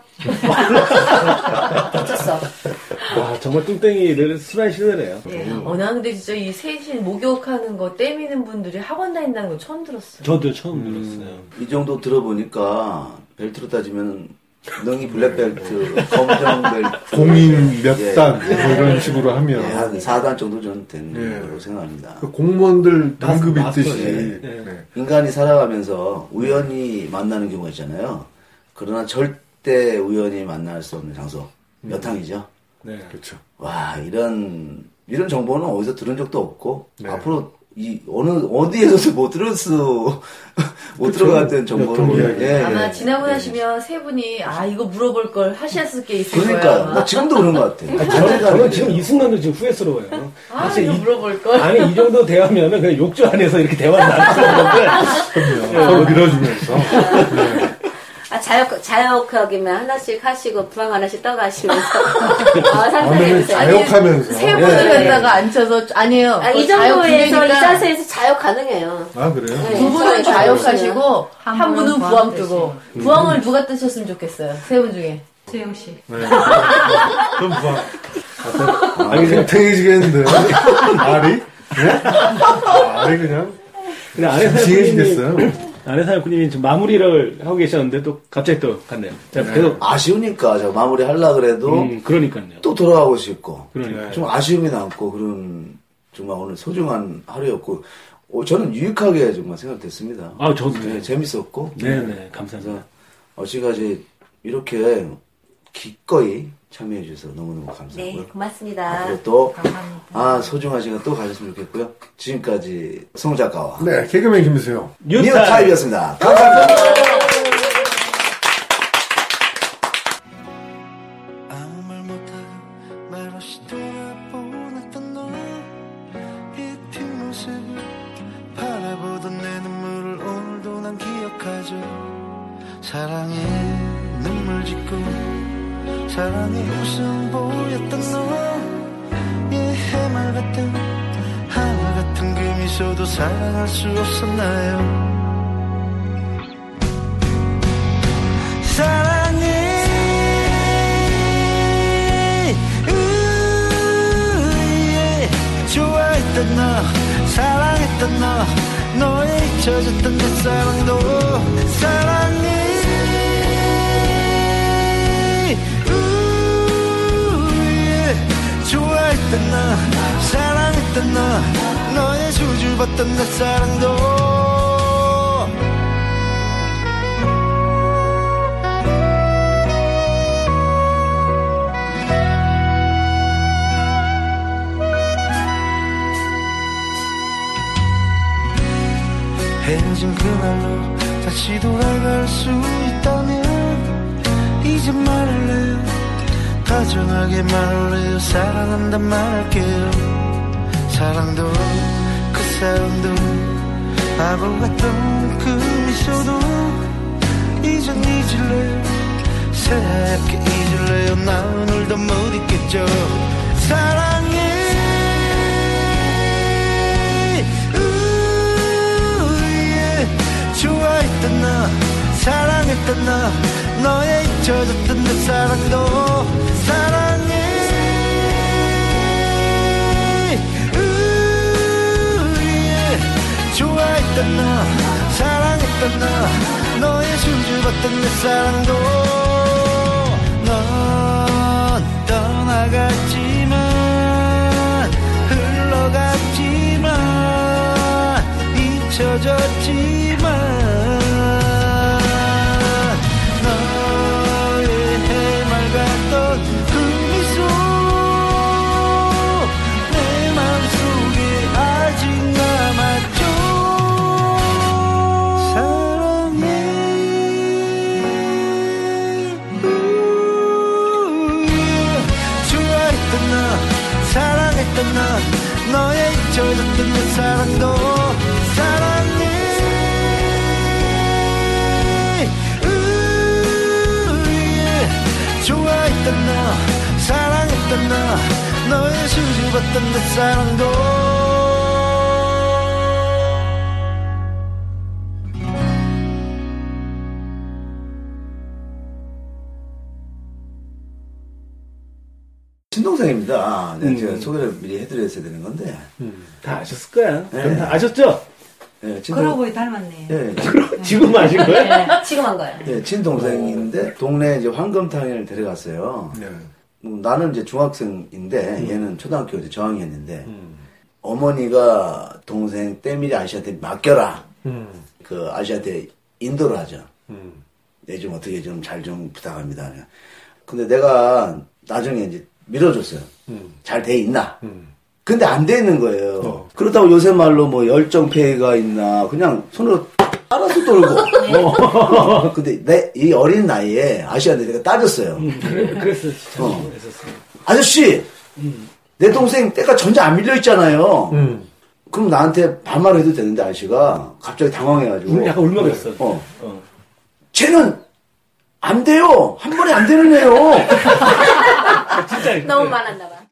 [SPEAKER 3] 더 쪘어.
[SPEAKER 7] 와, 아, 정말 뚱땡이를 순환 시대네요.
[SPEAKER 1] 어, 나 근데 진짜 이 셋이 목욕하는 거 때미는 분들이 학원 다닌다는 거 처음 들었어.
[SPEAKER 7] 저도 처음 들었어요.
[SPEAKER 2] 이 정도 들어보니까 벨트로 따지면 능이 블랙벨트 검정 벨트
[SPEAKER 4] 공인
[SPEAKER 2] 예.
[SPEAKER 4] 몇단 뭐 이런 식으로
[SPEAKER 2] 예,
[SPEAKER 4] 하면
[SPEAKER 5] 네.
[SPEAKER 2] 한 4단 정도 저는 된
[SPEAKER 4] 예.
[SPEAKER 2] 거라고 생각합니다
[SPEAKER 4] 그 공무원들
[SPEAKER 7] 나-
[SPEAKER 4] 등급
[SPEAKER 7] 나왔어요.
[SPEAKER 4] 있듯이
[SPEAKER 7] 예.
[SPEAKER 4] 네.
[SPEAKER 2] 인간이 살아가면서 우연히 만나는 경우가 있잖아요 그러나 절대 우연히 만날 수 없는 장소
[SPEAKER 5] 음.
[SPEAKER 2] 몇 항이죠?
[SPEAKER 7] 네.
[SPEAKER 4] 그렇죠.
[SPEAKER 2] 와 이런 이런 정보는 어디서 들은 적도 없고
[SPEAKER 4] 네.
[SPEAKER 2] 앞으로 이 어느 어디에서도 못 들을 수못 들어갔던 정보를
[SPEAKER 4] 교통기약이.
[SPEAKER 2] 예,
[SPEAKER 1] 아마
[SPEAKER 2] 예.
[SPEAKER 1] 지나고
[SPEAKER 2] 예.
[SPEAKER 1] 나시면 세 분이 아 이거 물어볼 걸 하셨을 게 있을 거야.
[SPEAKER 2] 그러니까요. 뭐
[SPEAKER 1] 아마.
[SPEAKER 2] 나 지금도 그런 것 같아.
[SPEAKER 5] 아니,
[SPEAKER 2] 저는
[SPEAKER 5] 저는, 저는 지금 이 순간도 지금 후회스러워요.
[SPEAKER 1] 아
[SPEAKER 5] 사실
[SPEAKER 1] 이거
[SPEAKER 5] 이-
[SPEAKER 1] 물어볼 걸.
[SPEAKER 5] 아니, 이 정도 대화면은 그냥 욕조 안에서 이렇게 대화를 나눌 수 없는데.
[SPEAKER 4] 그럼요. 서로 밀어주면서
[SPEAKER 3] 아, 자역, 자역하기만 하나씩 하시고 부항 하나씩 떠가시면서. 아,
[SPEAKER 4] 오늘은
[SPEAKER 3] 상상해주세요.
[SPEAKER 4] 자욕하면서
[SPEAKER 1] 세 분을 갖다가 앉혀서 아니에요.
[SPEAKER 3] 아, 이
[SPEAKER 1] 그거
[SPEAKER 3] 정도에서 이
[SPEAKER 1] 자유분이니까
[SPEAKER 3] 자세에서 자역 가능해요.
[SPEAKER 4] 아 그래요?
[SPEAKER 3] 네.
[SPEAKER 1] 두 분은 자역하시고
[SPEAKER 6] 한
[SPEAKER 1] 한 분은
[SPEAKER 6] 분은
[SPEAKER 1] 부항
[SPEAKER 6] 부항
[SPEAKER 1] 뜨고 부항을 누가 뜨셨으면 좋겠어요. 세 분 중에.
[SPEAKER 6] 세영 씨.
[SPEAKER 4] 좀 봐. 네. 아, 아니 탱탱해지겠는데 알이? 네? 아, 알이 그냥
[SPEAKER 7] 근데 아내 사역님이
[SPEAKER 4] 징해지겠어요.
[SPEAKER 7] 아내 사역님이 지금 마무리를 하고 계셨는데 또 갑자기 또 갔네요. 자, 계속
[SPEAKER 2] 아쉬우니까 저 마무리 하려 그래도
[SPEAKER 7] 음, 그러니까요.
[SPEAKER 2] 또 돌아가고 싶고
[SPEAKER 7] 그러니까요.
[SPEAKER 2] 좀 아쉬움이 남고 그런 정말 오늘 소중한 하루였고 어, 저는 유익하게 정말 생각됐습니다.
[SPEAKER 7] 아, 저도
[SPEAKER 2] 네,
[SPEAKER 7] 네.
[SPEAKER 2] 재밌었고
[SPEAKER 7] 네, 네. 감사합니다.
[SPEAKER 2] 그래서 어찌까지 이렇게 기꺼이 참여해 주셔서 너무너무 감사하고요. 아,
[SPEAKER 3] 네, 고맙습니다.
[SPEAKER 2] 앞으로 또,
[SPEAKER 6] 감사합니다.
[SPEAKER 2] 아, 소중한 시간 또 가졌으면 좋겠고요. 지금까지 송 작가와
[SPEAKER 4] 네 개그맨 김수영.
[SPEAKER 7] 뉴타입.
[SPEAKER 2] 뉴타입이었습니다. 감사합니다.
[SPEAKER 8] 아무 말 못하고 말없이 돌아보냈던 너의 뒷모습을 바라보던 내 눈물을 오늘도 난 기억하죠 사랑해 눈물 짓고 사랑해 웃음 보였던 너의 해말 같은 하늘 같은 그 미소도 사랑할 수 없었나요 사랑해 으예 좋아했던 너 사랑했던 너 너의 잊혀졌던 내 사랑도 사랑해 으예 좋아했던 너 사랑했던 너 너의 수줍었던 내 사랑도 헤어진 그날로 다시 돌아갈 수 있다면 이제 말할래요 다정하게 말할래요 사랑한다 말할게요 사랑도 그 사랑도 알고 갔던 그 미소도 이젠 잊을래요 새하얗게 잊을래요 나 오늘도 못 잊겠죠 사랑해 우예 좋아했던 너 사랑했던 너 너의 잊혀졌던 내 사랑도 사랑해 우예 좋아했던 너 사랑했던 너 너의 수줍었던 내 사랑도 넌 떠나갔지만 흘러갔지만 잊혀졌지만 너의 해맑았던 그 미소 내 맘속에 아직 남았죠 사랑해 좋아했던 너 사랑했던 너 너의 잊혀졌던 내 사랑도 사랑해 우예. 좋아했던 너 사랑했던 너 너의 수줍었던 내 사랑도
[SPEAKER 2] 친동생입니다. 네,
[SPEAKER 7] 음.
[SPEAKER 2] 제가 소개를 미리 해드렸어야 되는 건데.
[SPEAKER 4] 음.
[SPEAKER 7] 다 아셨을 거야.
[SPEAKER 2] 네.
[SPEAKER 7] 그럼 다 아셨죠?
[SPEAKER 2] 네, 친동-
[SPEAKER 6] 그러고 보니 닮았네요.
[SPEAKER 2] 예,
[SPEAKER 7] 그럼 지금 아신 거예요?
[SPEAKER 3] 네, 지금 한 거예요.
[SPEAKER 2] 예, 친동생인데 동네 이제 황금탕을 데려갔어요.
[SPEAKER 4] 네.
[SPEAKER 2] 음, 나는 이제 중학생인데 얘는 초등학교 이제 저학년인데 어머니가 동생 때밀이 아저씨한테 맡겨라.
[SPEAKER 4] 음.
[SPEAKER 2] 그 아저씨한테 인도를 하죠.
[SPEAKER 4] 음.
[SPEAKER 2] 내 좀 어떻게 좀 잘 좀 부탁합니다. 근데 내가 나중에 이제 밀어줬어요. 잘 돼 있나?
[SPEAKER 4] 음.
[SPEAKER 2] 근데 안 돼 있는 거예요.
[SPEAKER 4] 어.
[SPEAKER 2] 그렇다고 요새 말로 뭐 열정페이가 있나 그냥 손으로 알아서 떨고. 어. 근데 내 이 어린 나이에 아저씨한테 내가 따졌어요.
[SPEAKER 7] 그래, 그래서 진짜
[SPEAKER 2] 어.
[SPEAKER 7] 했었어요.
[SPEAKER 2] 아저씨,
[SPEAKER 7] 음.
[SPEAKER 2] 내 동생 때가 전혀 안 밀려 있잖아요.
[SPEAKER 4] 음.
[SPEAKER 2] 그럼 나한테 반말을 해도 되는데 아저씨가 갑자기 당황해가지고
[SPEAKER 7] 음, 약간 울먹였어.
[SPEAKER 2] 어.
[SPEAKER 7] 어.
[SPEAKER 2] 쟤는 안 돼요. 한 번에 안 되는 애요.
[SPEAKER 7] 진짜
[SPEAKER 3] 너무 많았나 봐.